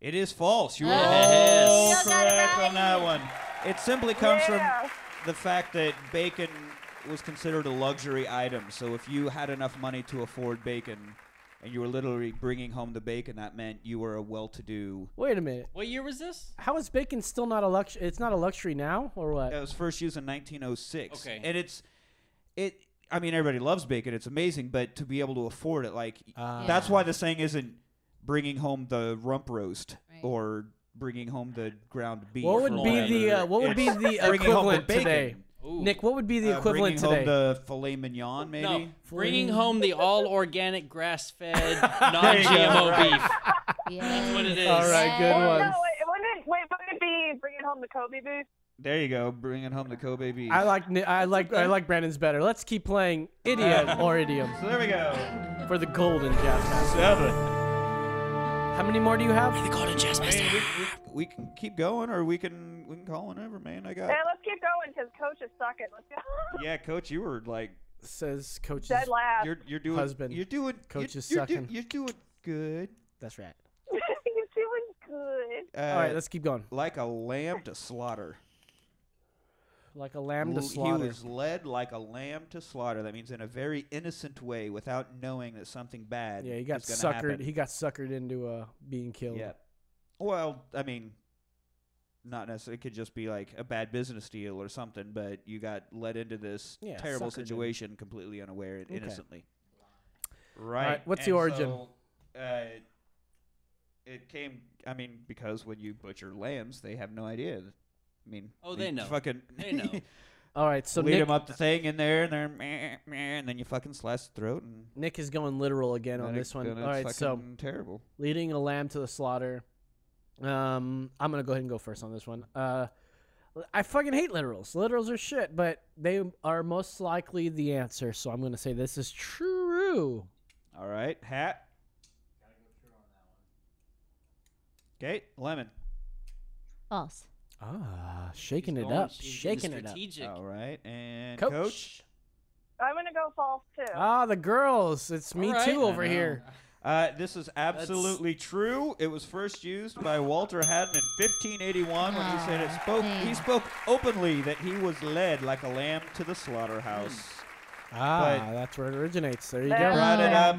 S1: It is false. You were
S18: Yes.
S1: all
S18: Still got it
S1: correct
S18: right.
S1: on that one. It simply comes
S17: Yeah.
S1: from the fact that bacon was considered a luxury item. So if you had enough money to afford bacon, and you were literally bringing home the bacon, that meant you were a well-to-do.
S4: Wait a minute.
S18: What year was this?
S4: How is bacon still not a luxury? It's not a luxury now, or what?
S1: It was first used in 1906.
S18: Uh, Okay.
S1: And it's it. I mean, everybody loves bacon. It's amazing, but to be able to afford it, like that's why the saying isn't bringing home the rump roast or bringing home the ground beef.
S4: What would
S1: or
S4: be the
S1: whatever.
S4: uh, what would be
S1: It's
S4: the
S1: bringing home the
S4: equivalent today?
S1: bacon.
S18: Ooh.
S4: Nick, what would be the
S1: Uh,
S4: equivalent
S1: bringing
S4: today?
S1: Home the filet mignon, maybe.
S18: No, bringing home the all organic, grass fed, non GMO
S1: right.
S18: beef.
S7: Yeah.
S18: That's what it is.
S4: All right, good
S17: Well,
S4: one.
S17: No, wait, wouldn't it, wait, wouldn't it be bringing home the Kobe beef?
S1: There you go, bringing home the Kobe beef.
S4: I like Ni- I like I like Brandon's better. Let's keep playing idiom or idiom.
S1: So there we go.
S4: For the golden jazz master.
S1: Seven.
S4: How many more do you have?
S1: the golden jazz master. we, can keep going, or we can we can call whenever, man. I got.
S17: Yeah, let's keep going because coach is sucking. Let's go.
S1: Yeah, coach, you were like
S4: says coach.
S17: Dead last.
S1: You're you're doing
S4: Husband.
S1: You're doing
S4: Coach
S1: you're,
S4: is
S1: you're do-
S4: sucking.
S1: you're doing good.
S4: That's right.
S17: You're doing good.
S1: Uh,
S4: All right, let's keep going.
S1: Like a lamb to slaughter.
S4: Like a lamb
S1: L-
S4: to slaughter.
S1: He was led like a lamb to slaughter. That means in a very innocent way, without knowing that something bad.
S4: yeah, he got
S1: is
S4: suckered.
S1: gonna happen.
S4: He got suckered into uh being killed.
S1: Yeah. Well, I mean, not necessarily. It could just be like a bad business deal or something. But you got led into this
S4: Yeah,
S1: terrible
S4: suckered in.
S1: situation completely unaware and
S4: Okay.
S1: innocently.
S4: right,
S1: Right.
S4: what's the
S1: and
S4: origin?
S1: so, uh, it came. I mean, because when you butcher lambs, they have no idea. I mean,
S18: Oh,
S1: you
S18: they know.
S1: Fucking,
S18: They know.
S4: All right, so
S1: lead
S4: Nick-
S1: them up the thing in there, and they're meh, meh, and then you fucking slice the throat, and
S4: Nick is going literal again on
S1: Then it-
S4: this one.
S1: then
S4: All
S1: it's
S4: right, so
S1: fucking terrible.
S4: Leading a lamb to the slaughter. Um, I'm gonna go ahead and go first on this one. Uh, I fucking hate literals. Literals are shit, but they are most likely the answer. So I'm gonna say this is true.
S1: All right, hat. Okay, lemon.
S7: False.
S4: Ah, shaking it
S1: going-
S4: up,
S1: she's
S4: shaking it up.
S1: All right, and
S4: Coach.
S1: coach.
S17: I'm gonna go false too.
S4: Ah, the girls. It's me
S17: right.
S4: too
S1: I
S4: over
S1: know.
S4: here.
S1: Uh, this is absolutely true. It was first used by Walter Haddon in 1581 when he said
S4: Ah,
S1: it spoke. He spoke openly that he was led like a lamb to the slaughterhouse.
S4: Ah,
S1: But-
S4: that's where it originates. There you go.
S1: Brought it up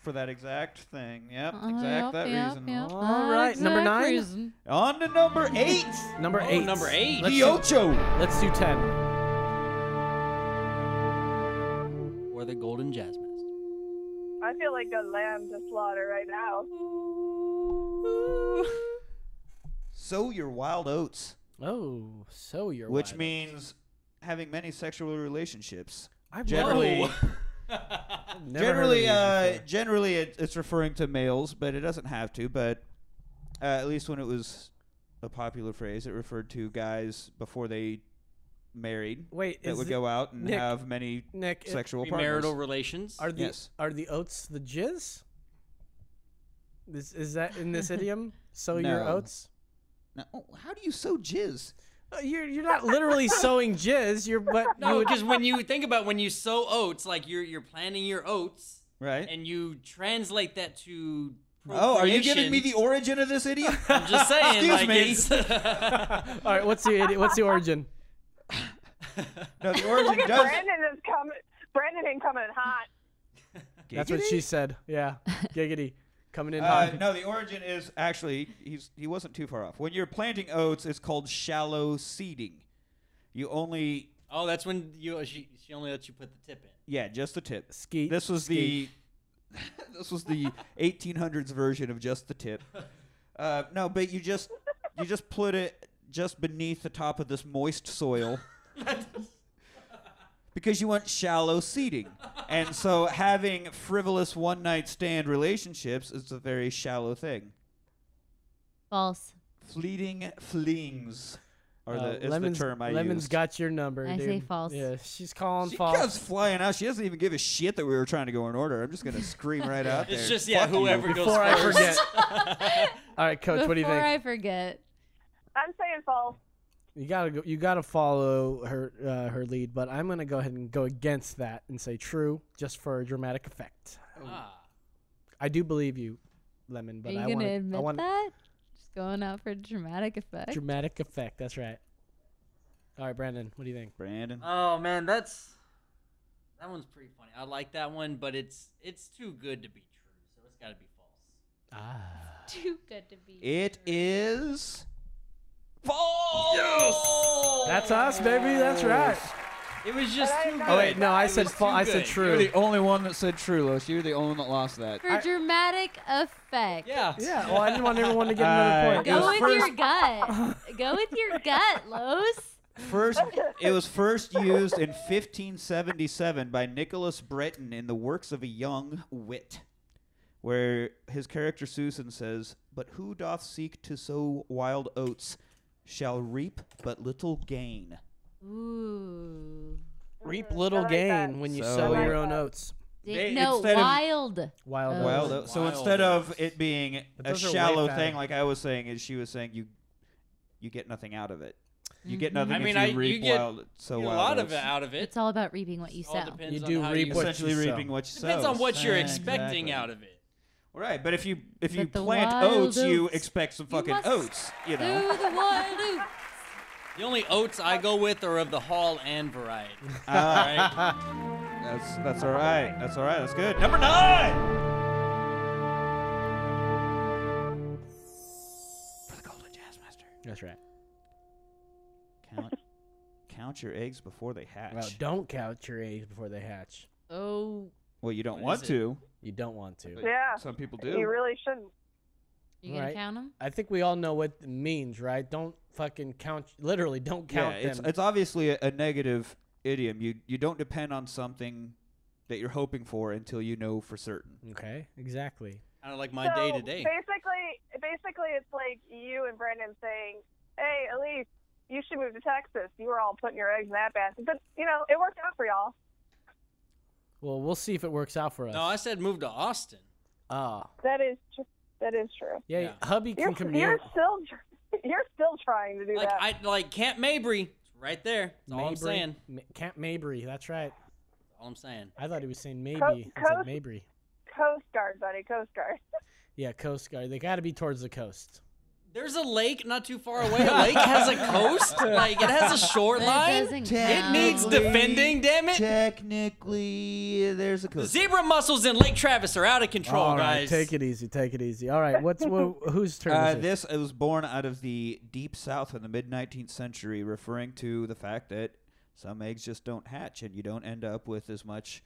S1: for that exact thing. Yep,
S4: Uh,
S1: exact
S4: yep,
S1: that
S4: yep,
S1: reason.
S4: yep. All That right, number exact nine? reason.
S1: On to number eight.
S4: Number
S1: Oh,
S4: eight.
S1: number eight.
S4: Let's do-
S1: Giocho.
S4: Let's do ten.
S18: Or the golden jasmine.
S17: I feel like a lamb to slaughter right now.
S1: Sow your wild oats.
S4: Oh, sow your
S1: Which
S4: wild oats.
S1: means having many sexual relationships.
S4: I've
S1: generally.
S4: Never heard of
S1: generally,
S4: these
S1: uh,
S4: before.
S1: generally, it, it's referring to males, but it doesn't have to. But uh, at least when it was a popular phrase, it referred to guys before they married.
S4: Wait,
S1: that
S4: is
S1: would
S4: the-
S1: go out and
S4: Nick-
S1: have many
S4: Nick, it-
S1: sexual partners.
S18: Marital relations.
S4: Are the
S1: Yes.
S4: are the oats the jizz? This is that in this idiom? Sow your
S1: No.
S4: oats.
S1: No, Oh, how do you sow jizz?
S4: Uh, You're you're not literally sowing jizz. You're but you
S18: No,
S4: would-
S18: because when you think about when you sow oats, like you're you're planting your oats,
S1: Right.
S18: And you translate that to.
S1: Oh, are you giving
S18: procreation.
S1: me the origin of this idiom?
S18: I'm just saying,
S1: Excuse
S18: like,
S1: me.
S18: it's-
S4: All right, what's the idi- what's the origin?
S1: no, the
S17: Look
S1: origin
S17: at
S1: does.
S17: Brandon is coming. Brandon ain't coming in hot.
S4: That's what she said. Yeah, giggity, coming in.
S1: Uh,
S4: hot.
S1: no, the origin is actually he's he wasn't too far off. When you're planting oats, it's called shallow seeding. You only
S18: Oh, that's when you she, she only lets you put the tip in.
S1: yeah, just the tip.
S4: Ski.
S1: This was
S18: ski.
S1: the this was the 1800s version of just the tip. Uh, no, but you just you just put it just beneath the top of this moist soil. because you want shallow seating. And so having frivolous one night stand relationships is a very shallow thing.
S7: False.
S1: Fleeting flings are
S4: Uh,
S1: the, is
S4: Lemon's-
S1: the term I
S4: Lemon's
S1: used.
S4: got your number.
S7: I
S4: dude.
S7: say false.
S4: Yeah, she's calling
S1: she
S4: false.
S1: comes flying out. She doesn't even give a shit that we were trying to go in order. I'm just gonna scream right out there.
S18: It's just, yeah,
S1: Fuck you.
S18: whoever goes
S4: Before I
S18: first.
S4: forget. All right, coach, what do you
S7: Before
S4: think?
S7: I forget.
S17: I'm saying false.
S4: You gotta go. You gotta follow her uh, her lead, but I'm gonna go ahead and go against that and say true, just for dramatic effect.
S18: Ah.
S4: I do believe you, Lemon, but
S7: Are you
S4: I
S7: gonna
S4: want I
S7: admit
S4: want
S7: that? Just going out for dramatic effect.
S4: dramatic effect. That's right. All right, Brandon, what do you think?
S1: Brandon,
S18: Oh man, that's that one's pretty funny. I like that one, but it's it's too good to be true, so it's got to be false.
S7: Too good to be.
S1: It is
S4: That's us, baby. That's right.
S18: It was just too good.
S4: Oh wait, no, I
S18: It
S4: said
S18: was
S4: fa-
S18: too
S4: I said
S18: good.
S4: true.
S1: You're the only one that said true, Los. You're the only one that lost that.
S7: For dramatic effect.
S18: Yeah.
S4: Yeah. Well, I didn't want everyone to get
S1: Uh,
S4: another point.
S1: it
S7: Go
S1: was
S7: with your gut. Go with your gut, Los.
S1: First, it was first used in 1577 by Nicholas Breton in the works of a young wit, where his character Susan says, "But who doth seek to sow wild oats? shall reap but little gain.
S7: Ooh.
S12: Reap little gain when you
S1: So-
S12: sow your own oats.
S7: Dig- no, wild.
S12: Wild
S1: Wild
S12: oats.
S1: oats. So
S12: Wild
S1: instead
S12: oats.
S1: of it being
S12: But
S1: a
S12: those are way
S1: shallow
S12: fatter.
S1: thing, like I was saying, is she was saying you you get nothing out of it. You get
S12: Mm-hmm.
S7: Mhm.
S1: nothing
S7: I
S1: if
S7: mean,
S1: you
S7: I-
S1: reap
S18: you get-
S1: wild. So
S18: you get a
S1: wild
S18: lot of
S1: oats.
S18: it out of it.
S7: It's all about reaping what you
S18: all
S7: sow.
S18: depends on how you
S1: essentially reaping what you sow.
S18: Depends on what you're
S1: Exactly.
S18: expecting out of it.
S1: Right, but if you if you
S18: the
S1: plant
S18: wild
S1: oats, you
S18: oats.
S1: expect some
S18: You
S1: fucking
S18: must
S1: oats. You know.
S7: the wild oats.
S18: The only oats I go with are of the Hall and variety.
S1: Ah.
S18: Alright?
S1: That's that's all right. That's all right. That's good. Number nine.
S4: That's right.
S1: Count count your eggs before they hatch.
S4: Well, don't count your eggs before they hatch.
S7: Oh.
S1: Well, you don't
S4: What
S1: want
S4: is it?
S1: to.
S4: You don't want to.
S17: Yeah.
S1: Some people
S17: You really shouldn't.
S7: You gonna
S4: Right.
S7: count them?
S4: I think we all know what it means, right? Don't fucking count. Literally, don't count
S1: yeah, it's
S4: them.
S1: it's obviously a, a negative idiom. You you don't depend on something that you're hoping for until you know for certain.
S4: Okay, exactly.
S18: Kind of like my day to day.
S17: Basically, basically, it's like you and Brendan saying, "Hey, Elise, you should move to Texas. You were all putting your eggs in that basket, but you know it worked out for y'all."
S4: Well, we'll see if it works out for us.
S18: No, I said move to Austin.
S4: Ah,
S17: That is tr- that is true.
S4: yeah, hubby
S17: You're,
S4: can commute.
S17: you're still tr- you're still trying to do
S18: Like
S17: that.
S18: I like Camp Mabry. It's right there. That's all I'm
S4: Mabry-
S18: saying.
S4: Ma- Camp Mabry, that's right.
S18: All I'm saying.
S4: I thought he was saying maybe.
S17: Co-
S4: he said
S17: coast-
S4: Mabry.
S17: Coast Guard, buddy, Coast Guard.
S4: Yeah, Coast Guard. They got to be towards the coast.
S18: There's a lake not too far away. A lake has a coast. Like it has a shoreline.
S7: doesn't
S18: It needs
S1: count.
S18: defending. Damn it.
S1: Technically, there's a
S18: The
S1: coast.
S18: zebra mussels in Lake Travis are out of control,
S4: All right,
S18: guys.
S4: take it easy. Take it easy. All right, what's who, whose turn
S1: Uh,
S4: is it?
S1: this it was born out of the deep south in the mid 19th century, referring to the fact that some eggs just don't hatch, and you don't end up with as much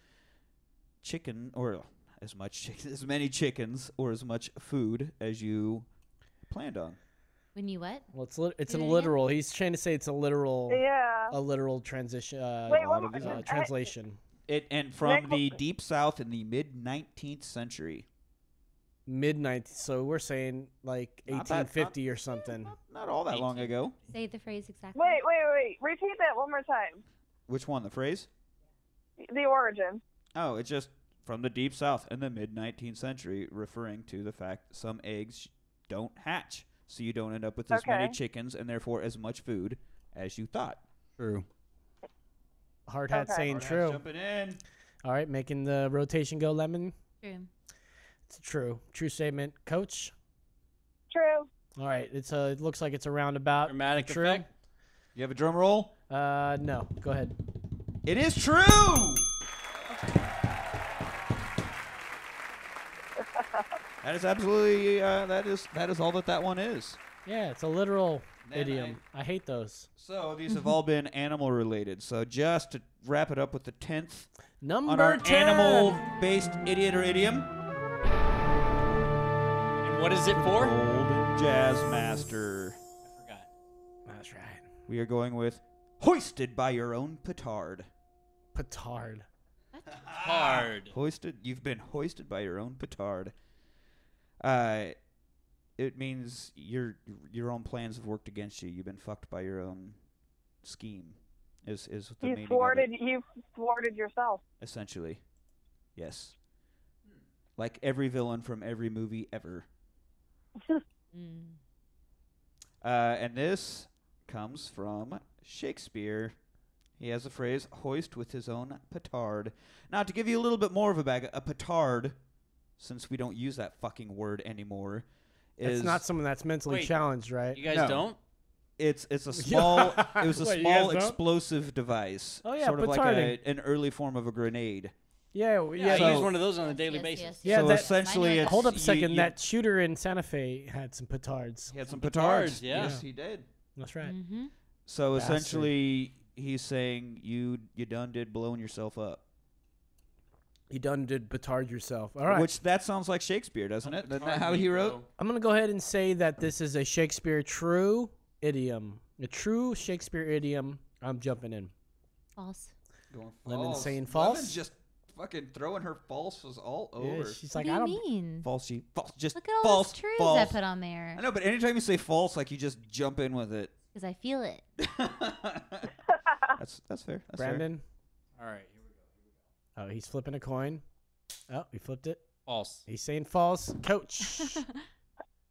S1: chicken or as much chicken, as many chickens or as much food as you planned on.
S7: When you what?
S4: Well, it's lit it's
S7: Do
S4: a
S7: it again?
S4: literal. He's trying to say it's a literal.
S17: Yeah.
S4: A literal transition. Uh,
S17: Wait, one more-
S4: uh,
S17: I-
S4: translation.
S1: It and from the deep south in the mid 19th century.
S4: Midnight. So we're saying like
S1: Not that-
S4: 1850 or something.
S1: Not all that long ago.
S7: Say the phrase exactly.
S17: Wait, wait, wait. Repeat that one more time.
S1: Which one? The phrase?
S17: The origin.
S1: Oh, it's just from the deep south in the mid 19th century, referring to the fact that some eggs don't hatch, so you don't end up with as many
S17: Okay.
S1: chickens and therefore as much food as you thought.
S18: True.
S4: Hard hat
S1: Okay.
S4: saying
S1: Hard hat's
S4: true.
S1: jumping in.
S4: All right, making the rotation go lemon.
S7: True.
S4: It's true. True statement, coach.
S17: True.
S4: All right, it's a. It looks like it's a roundabout.
S18: Dramatic
S4: true.
S18: effect.
S1: You have a drum roll?
S4: Uh, no. Go ahead.
S1: It is true! That is absolutely uh, that is that is all that that one is.
S4: Yeah, it's a literal
S1: Then
S4: idiom. I, hate those.
S1: So these have all been animal related. So just to wrap it up with the tenth on
S4: Number
S1: our
S4: 10.
S1: animal based idiot or idiom.
S18: And what is it for?
S1: Golden Jazz Master.
S4: That's right.
S1: We are going with hoisted by your own petard.
S4: Petard.
S18: Hard.
S1: Hoisted, you've been hoisted by your own petard. Uh, it means your your own plans have worked against you. You've been fucked by your own scheme. Is is the meaning
S17: You
S1: of
S17: thwarted.
S1: it,
S17: You thwarted yourself.
S1: essentially? Yes. Like every villain from every movie ever.
S7: Mm.
S1: Uh, and this comes from Shakespeare. He has the phrase "hoist with his own petard." Now, to give you a little bit more of a bag, a petard, since we don't use that fucking word anymore, is
S4: It's not someone that's mentally
S18: Wait,
S4: challenged, right?
S18: You guys
S1: No.
S18: don't?
S1: It's it's a
S4: Yeah.
S1: small. it was a
S4: Wait, you guys
S1: small
S4: don't?
S1: explosive device.
S4: Oh, yeah,
S1: sort of like a,
S4: petarding.
S1: an early form of a grenade.
S4: Yeah, w-
S18: Yeah,
S4: yeah.
S18: I
S1: So-
S18: use one of those on a daily basis.
S4: Yeah,
S1: so
S4: that-
S1: essentially, it's
S4: Hold up a
S1: you-
S4: second.
S1: you-
S4: that shooter in Santa Fe had some petards.
S1: he had some
S18: petards,
S1: petards.
S18: yeah.
S1: Yes, he did.
S4: That's right.
S7: Mm-hmm.
S1: So
S4: Bastard.
S1: essentially, he's saying you you done did blowing yourself up.
S4: You done did petard yourself. All right.
S1: Which that sounds like Shakespeare, doesn't it? Isn't that how he wrote?
S4: I'm gonna go ahead and say that this is a Shakespeare true idiom. A true Shakespeare idiom. I'm jumping in.
S7: False.
S1: Going
S4: Lemon
S1: false.
S4: saying
S1: Lemon's
S4: false?
S1: just fucking throwing her falses all
S4: Yeah,
S1: over.
S4: she's like,
S7: What do
S4: I
S7: you
S4: don't.
S7: mean?
S1: false, she false, just
S7: Look at all
S1: false,
S7: those truths
S1: false.
S7: I put on there.
S1: I know, but anytime you say false, like you just jump in with it.
S7: because I feel it.
S1: That's that's fair. That's fair.
S4: Brandon.
S18: All right. Here
S4: Oh, he's flipping a coin. Oh, he flipped it.
S18: False.
S4: He's saying false. Coach.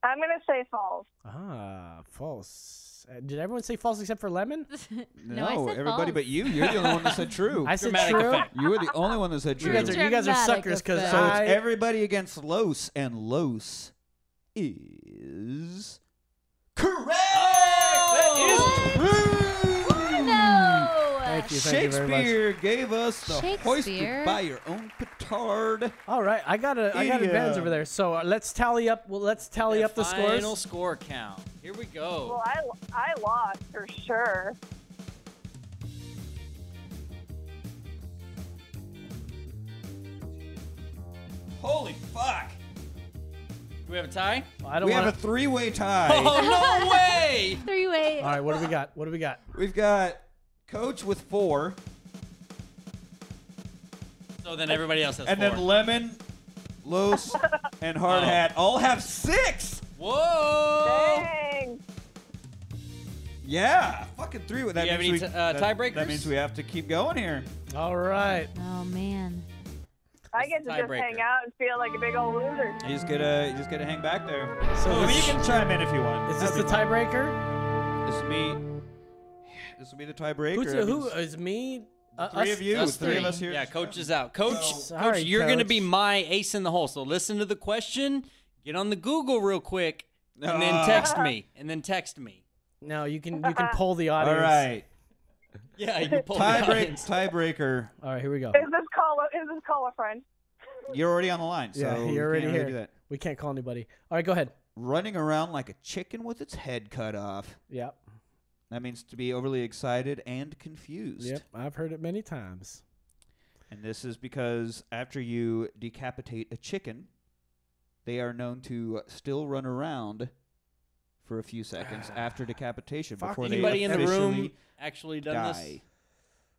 S17: I'm gonna say false.
S4: ah, false. Uh, did everyone say false except for Lemon?
S1: No, I said everybody false. but you. You're the only one that said true.
S4: I said
S1: Dramatic
S4: true.
S1: effect. You were the only one that said
S4: You
S1: true.
S4: guys are, you guys are
S1: Dramatic
S4: suckers because
S1: effect. so it's everybody against Los, and Los is correct.
S4: Thank you, thank you very much.
S1: Shakespeare gave us the
S4: Shakespeare?
S1: hoisted by your own petard.
S4: All right, I got a I got
S1: Idiom.
S4: advantage over there. So uh, let's tally up. Well, let's tally up the scores.
S18: Final score count. Here we
S1: Oh.
S18: go.
S17: Well, I, I lost for sure.
S18: Holy fuck. Do we have a tie?
S4: I don't
S1: we
S4: wanna-
S1: have a three-way tie.
S18: Oh, no way!
S7: Three way.
S4: All right, what do we got? What do we got?
S1: We've got Coach with four,
S18: So then everybody else has
S1: and
S18: four.
S1: then Lemon, Los, and Hard
S18: Oh.
S1: Hat all have six.
S18: Whoa!
S17: Dang.
S1: Yeah, fucking three. That
S18: Do you have
S1: means
S18: any
S1: we,
S18: t- uh,
S1: that- That
S18: tiebreakers?
S1: means we have to keep going here.
S4: All right.
S7: Oh man.
S17: I get to just
S1: tiebreaker.
S17: hang out and feel like a big old loser.
S1: You just gotta, you just gotta hang back there.
S4: So
S1: Well,
S4: this-
S1: you can chime in if you want.
S4: Is this the
S1: That'd
S4: tiebreaker?
S1: be- This will be, this will be the tiebreaker.
S4: Who's
S1: That
S4: who
S1: means-
S4: is me? Uh,
S1: Three
S4: us-
S1: of you,
S4: us Oh,
S1: three of us here.
S18: Yeah, coach is out. Coach,
S4: Sorry,
S18: coach, you're gonna
S4: Coach.
S18: be my ace in the hole. So listen to the question, get on the Google real quick, and then
S4: Ah.
S18: text me. And then text me.
S4: No, you can you can poll the audience.
S1: All right,
S18: Yeah, you can pull the
S1: tiebreak,
S18: audience.
S1: tiebreaker.
S4: All right, here we
S1: Oh.
S4: go.
S17: Is this call a, is this call a friend?
S1: You're already on the line, so
S4: yeah,
S1: you
S4: you're already
S1: can't
S4: here.
S1: really do that.
S4: We can't call anybody. All right, go ahead.
S1: Running around like a chicken with its head cut off.
S4: Yep.
S1: That means to be overly excited and confused.
S4: Yep, I've heard it many times.
S1: And this is because after you decapitate a chicken, they are known to still run around for a few seconds after decapitation
S4: Ah, Fuck.
S1: before
S18: Anybody
S1: they
S18: in the room
S1: officially
S18: actually done
S1: die.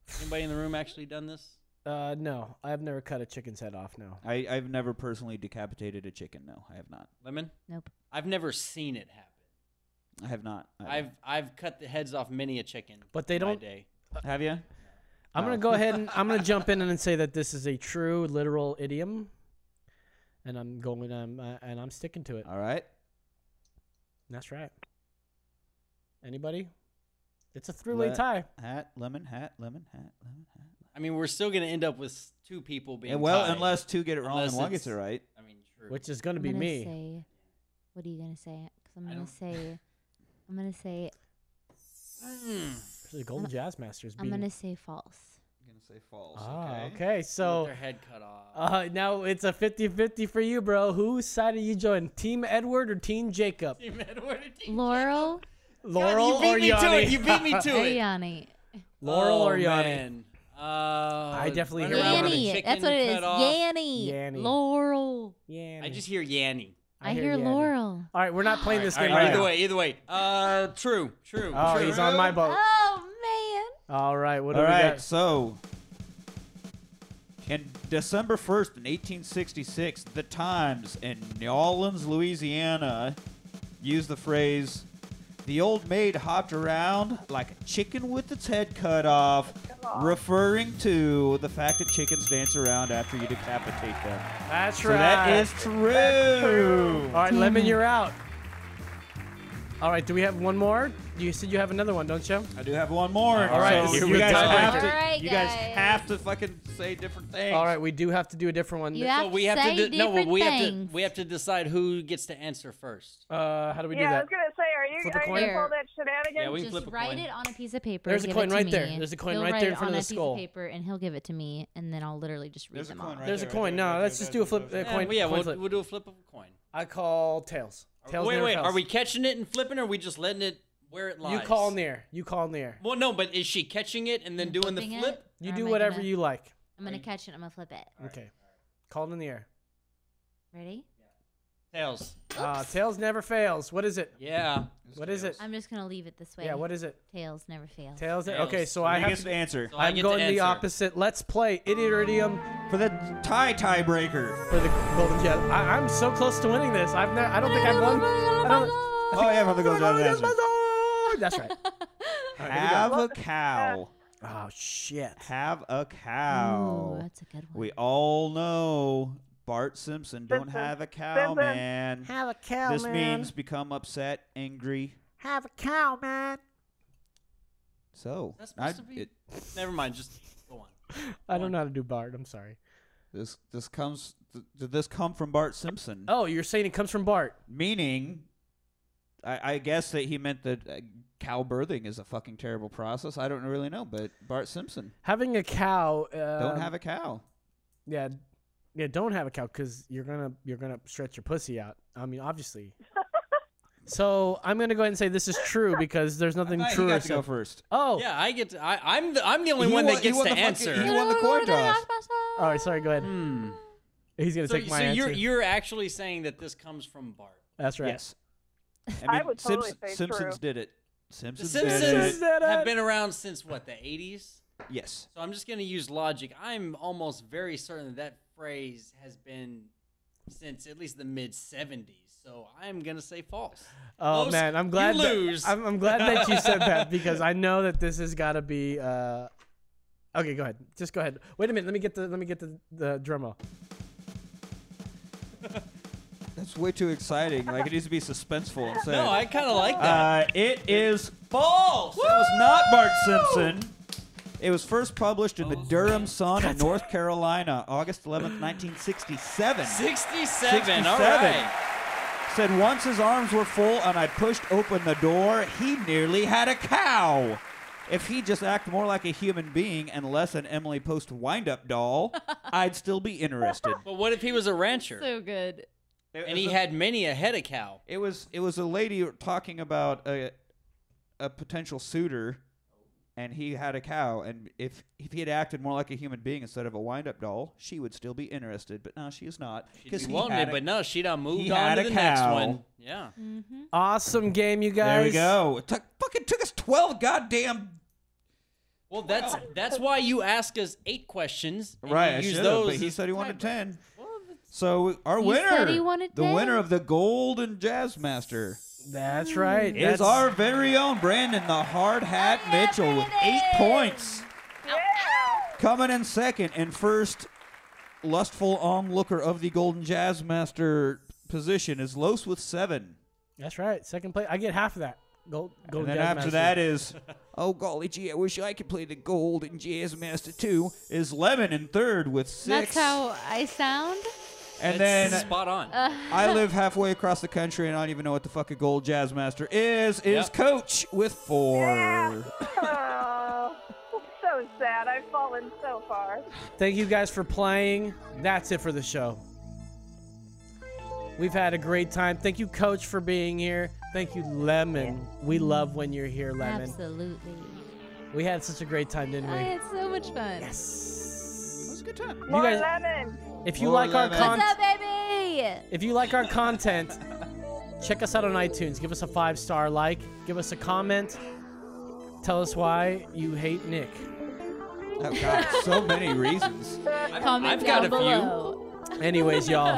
S18: this? Anybody in the room actually done this?
S4: Uh, no, I've never cut a chicken's head off. No.
S1: I, I've never personally decapitated a chicken. No, I have not.
S18: Lemon?
S7: Nope.
S18: I've never seen it happen.
S1: I have not. I-
S18: I've I've cut the heads off many a chicken.
S4: But they
S18: in my
S4: don't-
S18: day.
S1: have you?
S4: I'm gonna
S1: No.
S4: go ahead and I'm gonna jump in and say that this is a true literal idiom, and I'm going um, uh, and I'm sticking to it.
S1: All right.
S4: That's right. Anybody? It's a three-way
S1: Le-
S4: tie.
S1: Hat, lemon, hat, lemon, hat, lemon, hat.
S18: I mean, we're still gonna end up with two people being.
S1: And well,
S18: tied.
S1: unless two get it wrong
S18: Unless
S1: and one gets it
S18: it's-
S1: right.
S18: I mean, true.
S4: Which is gonna
S7: I'm
S4: be
S7: gonna
S4: me.
S7: Say, what are you gonna say? Because I'm
S18: I
S7: gonna
S18: don't-
S7: say, I'm gonna say,
S18: Hmm.
S4: The Golden Jazz Masters.
S7: I'm
S4: Being,
S7: gonna say false.
S1: I'm going to say false.
S4: Ah, okay.
S18: With
S4: So
S18: their head cut off.
S4: uh, now it's a 50-50 for you, bro. Whose side are you joining? Team Edward or Team Jacob?
S18: Team Edward and Team
S7: Laurel
S4: Laurel
S18: beat
S4: or
S18: me to it.
S4: Yanni?
S18: You beat me to
S7: or
S18: it.
S7: Yanni.
S4: Laurel
S18: Oh,
S4: or Yanni?
S18: man. Uh, I
S4: definitely hear that one.
S7: Yanni. That's what it is. Yanni.
S4: Yanni.
S7: Laurel.
S4: Yanni.
S18: I just hear Yanni.
S7: I, hear, Laurel.
S4: All right, we're not playing this
S18: All right,
S4: game right,
S18: either
S4: now.
S18: way, either way. Uh, true, true.
S4: Oh,
S18: true.
S4: he's on my boat.
S17: Um,
S7: Oh
S4: All right, what do
S1: All
S4: we
S1: right,
S4: got?
S1: so in December 1st, in 1866, the Times in New Orleans, Louisiana, used the phrase, the old maid hopped around like a chicken with its head cut off, referring to the fact that chickens dance around after you decapitate them.
S4: That's
S1: so
S4: right.
S1: that is true.
S4: All right,
S7: Hmm.
S4: Lemon, you're out. All right, do we have one more? You said you have another one, don't you?
S1: I do have one more.
S4: All right,
S1: so
S4: here
S1: you
S4: we
S1: guys
S4: go.
S1: have
S4: All
S1: to,
S7: right,
S1: you guys
S7: guys.
S1: have to fucking say different things.
S4: All right, we do have to do a different one.
S7: You have
S18: So we
S7: to
S18: have
S7: say
S18: to do, no. well,
S7: different
S18: We have to
S7: things.
S18: we have to decide who gets to answer first.
S4: Uh, how do we
S17: yeah, I
S4: do
S17: was
S4: gonna
S17: gonna say, are you
S4: Flip a
S17: are
S4: coin?
S17: you gonna pull that shenanigans?
S18: Yeah, we can
S7: Just
S18: flip a
S7: write
S18: coin.
S7: it on a piece of paper.
S4: There's a
S7: give
S4: coin
S7: it to
S4: right there.
S7: me.
S4: There's a coin
S7: He'll
S4: right
S7: write
S4: there
S7: it
S4: in front
S7: on
S4: of
S7: a
S4: the
S7: piece
S4: skull.
S7: of paper, and he'll give it to me, and then I'll literally just read them off.
S4: that? There's a coin. No, let's just do a flip. A coin.
S18: yeah,
S4: coin
S18: we'll,
S4: flip.
S18: we'll do a flip of a coin.
S4: I call tails. Tails
S18: wait,
S4: near
S18: wait.
S4: tails.
S18: Are we catching it and flipping, or are we just letting it where it
S4: You
S18: lies?
S4: call near. You call near.
S18: Well, no, but is she catching it and then doing the
S7: Flipping
S18: flip?
S7: it,
S4: You
S7: or
S4: do
S7: am I
S4: whatever
S7: gonna-
S4: you like.
S7: I'm gonna catch it. I'm gonna flip it.
S4: Okay. Call it in the air.
S7: Ready?
S18: Tails.
S4: Uh, tails never fails. What is it?
S18: Yeah.
S4: What is it?
S7: I'm just gonna leave it this way.
S4: Yeah, what is it?
S7: Tails never fail.
S4: Tails. ne-
S18: Tails.
S4: Okay, so
S18: Who
S4: I
S1: Who
S4: have
S1: gets
S4: to.
S1: to answer?
S18: So I
S4: I'm
S18: get to
S4: going the
S18: answer.
S4: opposite. Let's play idiot or idiom
S1: For the tie tiebreaker.
S4: for the golden jet. I, I'm so close to winning this. I've never. I don't think I've won. I don't,
S1: Oh, yeah, I have to go down that.
S4: That's right. All right, here we go.
S1: Have a cow.
S4: Oh shit.
S1: Have a cow.
S7: Ooh, that's a good
S1: We all know Bart Simpson don't
S19: Simpson.
S1: have a cow,
S19: Simpson.
S1: man.
S19: Have a cow,
S1: this
S19: man.
S1: means become upset, angry.
S19: Have a cow, man.
S1: So
S19: That's supposed
S1: I,
S19: to be-
S1: it,
S18: Never mind. Just go on.
S19: I don't know how to do Bard. I'm sorry.
S1: this this comes th- did this come from Bart Simpson?
S4: Oh, you're saying it comes from Bart.
S1: Meaning, I, I guess that he meant that uh, cow birthing is a fucking terrible process. I don't really know, but Bart Simpson
S4: Having a cow. Uh,
S1: don't have a cow.
S4: Yeah, yeah. Don't have a cow because you're gonna you're gonna stretch your pussy out. I mean, obviously. so I'm gonna go ahead and say this is true because there's nothing
S1: thought you
S4: truer.
S1: got to
S4: so-
S1: go first.
S4: Oh,
S18: Yeah, I get. To, I, I'm the. I'm the only
S4: You
S18: one
S4: won-
S18: that
S4: you
S18: gets
S4: won
S18: to
S4: the fucking-
S18: answer.
S4: you won the coin toss.
S7: All
S4: right, sorry. Go ahead.
S1: Hmm.
S4: He's gonna
S18: So,
S4: take my
S18: so
S4: answer.
S18: you're you're actually saying that this comes from Bart.
S4: That's right.
S1: Yes. I,
S4: I
S1: mean,
S4: would totally
S1: Simps-
S4: say
S1: Simpsons
S4: true.
S1: did it.
S18: The
S1: Simpsons,
S18: Simpsons,
S1: did it.
S18: have been around since what the 80s.
S1: Yes.
S18: So I'm just gonna use logic. I'm almost very certain that that phrase has been since at least the mid 70s. So I'm gonna say false.
S4: Oh
S18: Los,
S4: man, I'm glad.
S18: you
S4: that-
S18: lose.
S4: I'm, I'm glad that you said that because I know that this has got to be. Uh... Okay, go ahead. Just go ahead. Wait a minute. Let me get the let me get the the drum roll.
S1: That's way too exciting. Like it needs to be suspenseful and sad.
S18: No, I kinda like
S1: Uh,
S18: that.
S1: it is false. It was not Bart Simpson. It was first published in the
S18: Oh.
S1: Durham Sun in North Carolina, August 11th, 1967.
S18: 67, all
S1: 67.
S18: right.
S1: Said once his arms were full and I pushed open the door, he nearly had a cow. If he just acted more like a human being and less an Emily Post wind-up doll, I'd still be interested.
S18: But what if he was a rancher
S7: So good.
S18: and he had many a head of cow?
S1: It was it was a lady talking about a a potential suitor, and he had a cow. And if if he had acted more like a human being instead of a wind up doll, she would still be interested. But no, she is not.
S18: She
S1: he
S18: wanted
S1: had
S18: it,
S1: a-
S18: but no, she done moved
S1: he
S18: on
S1: had
S18: to
S1: a
S18: the next
S1: cow.
S18: one. Yeah. Mm-hmm.
S4: Awesome game, you guys.
S1: There we go. It took, fucking took us twelve goddamn.
S18: Well, that's that's why you ask us eight questions. and
S1: Right, I
S18: You use
S1: should've,
S18: those.
S1: but he
S18: as
S1: said he wanted
S18: tiebreakers.
S1: ten. So our
S18: You
S1: winner,
S18: said he wanted
S1: the
S18: ten?
S1: winner of the Golden Jazz Master.
S4: That's right.
S1: Is
S4: That's
S1: our very own Brandon the Hard Hat Mitchell with eight points. Coming in second and first lustful onlooker of the Golden Jazz Master position is Los with seven.
S4: that's right. Second place. I get half of that. Gold. Gold.
S1: and then after that is Oh golly gee, I wish I could play the Golden Jazz Master too. Is Lemon in third with six.
S7: That's how I sound.
S1: and uh,
S18: That's
S1: then
S18: spot on.
S1: I live halfway across the country and I don't even know what the fuck a gold jazz master is. Is
S18: Yep.
S1: Coach with four.
S17: Oh, so sad. I've fallen so far.
S4: Thank you guys for playing. That's it for the show. We've had a great time. Thank you, Coach, for being here. Thank you, Lemon. We love when you're here, Lemon.
S7: Absolutely.
S4: We had such a great time, didn't
S7: I
S4: we?
S7: had so much fun. Yes.
S1: It was a good time.
S4: More guys-
S17: lemon.
S4: If you like our
S7: What's
S4: content,
S7: up, baby?
S4: if you like our content, check us out on iTunes. Give us a five star like. Give us a comment. Tell us why you hate Nick.
S1: Oh God, so many reasons.
S7: Comment
S4: I've got
S7: down
S4: a few.
S7: below.
S4: Anyways, y'all,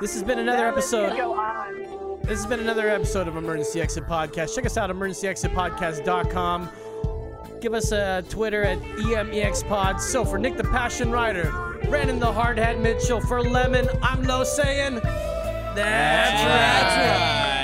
S4: this has been another episode.
S17: Go on.
S4: This has been another episode of Emergency Exit Podcast. Check us out at emergencyexitpodcast.com. Give us a Twitter at E EMEXPod. So for Nick the Passion Rider, Brandon the Hard Hat Mitchell, for Lemon, I'm low saying, that's, right.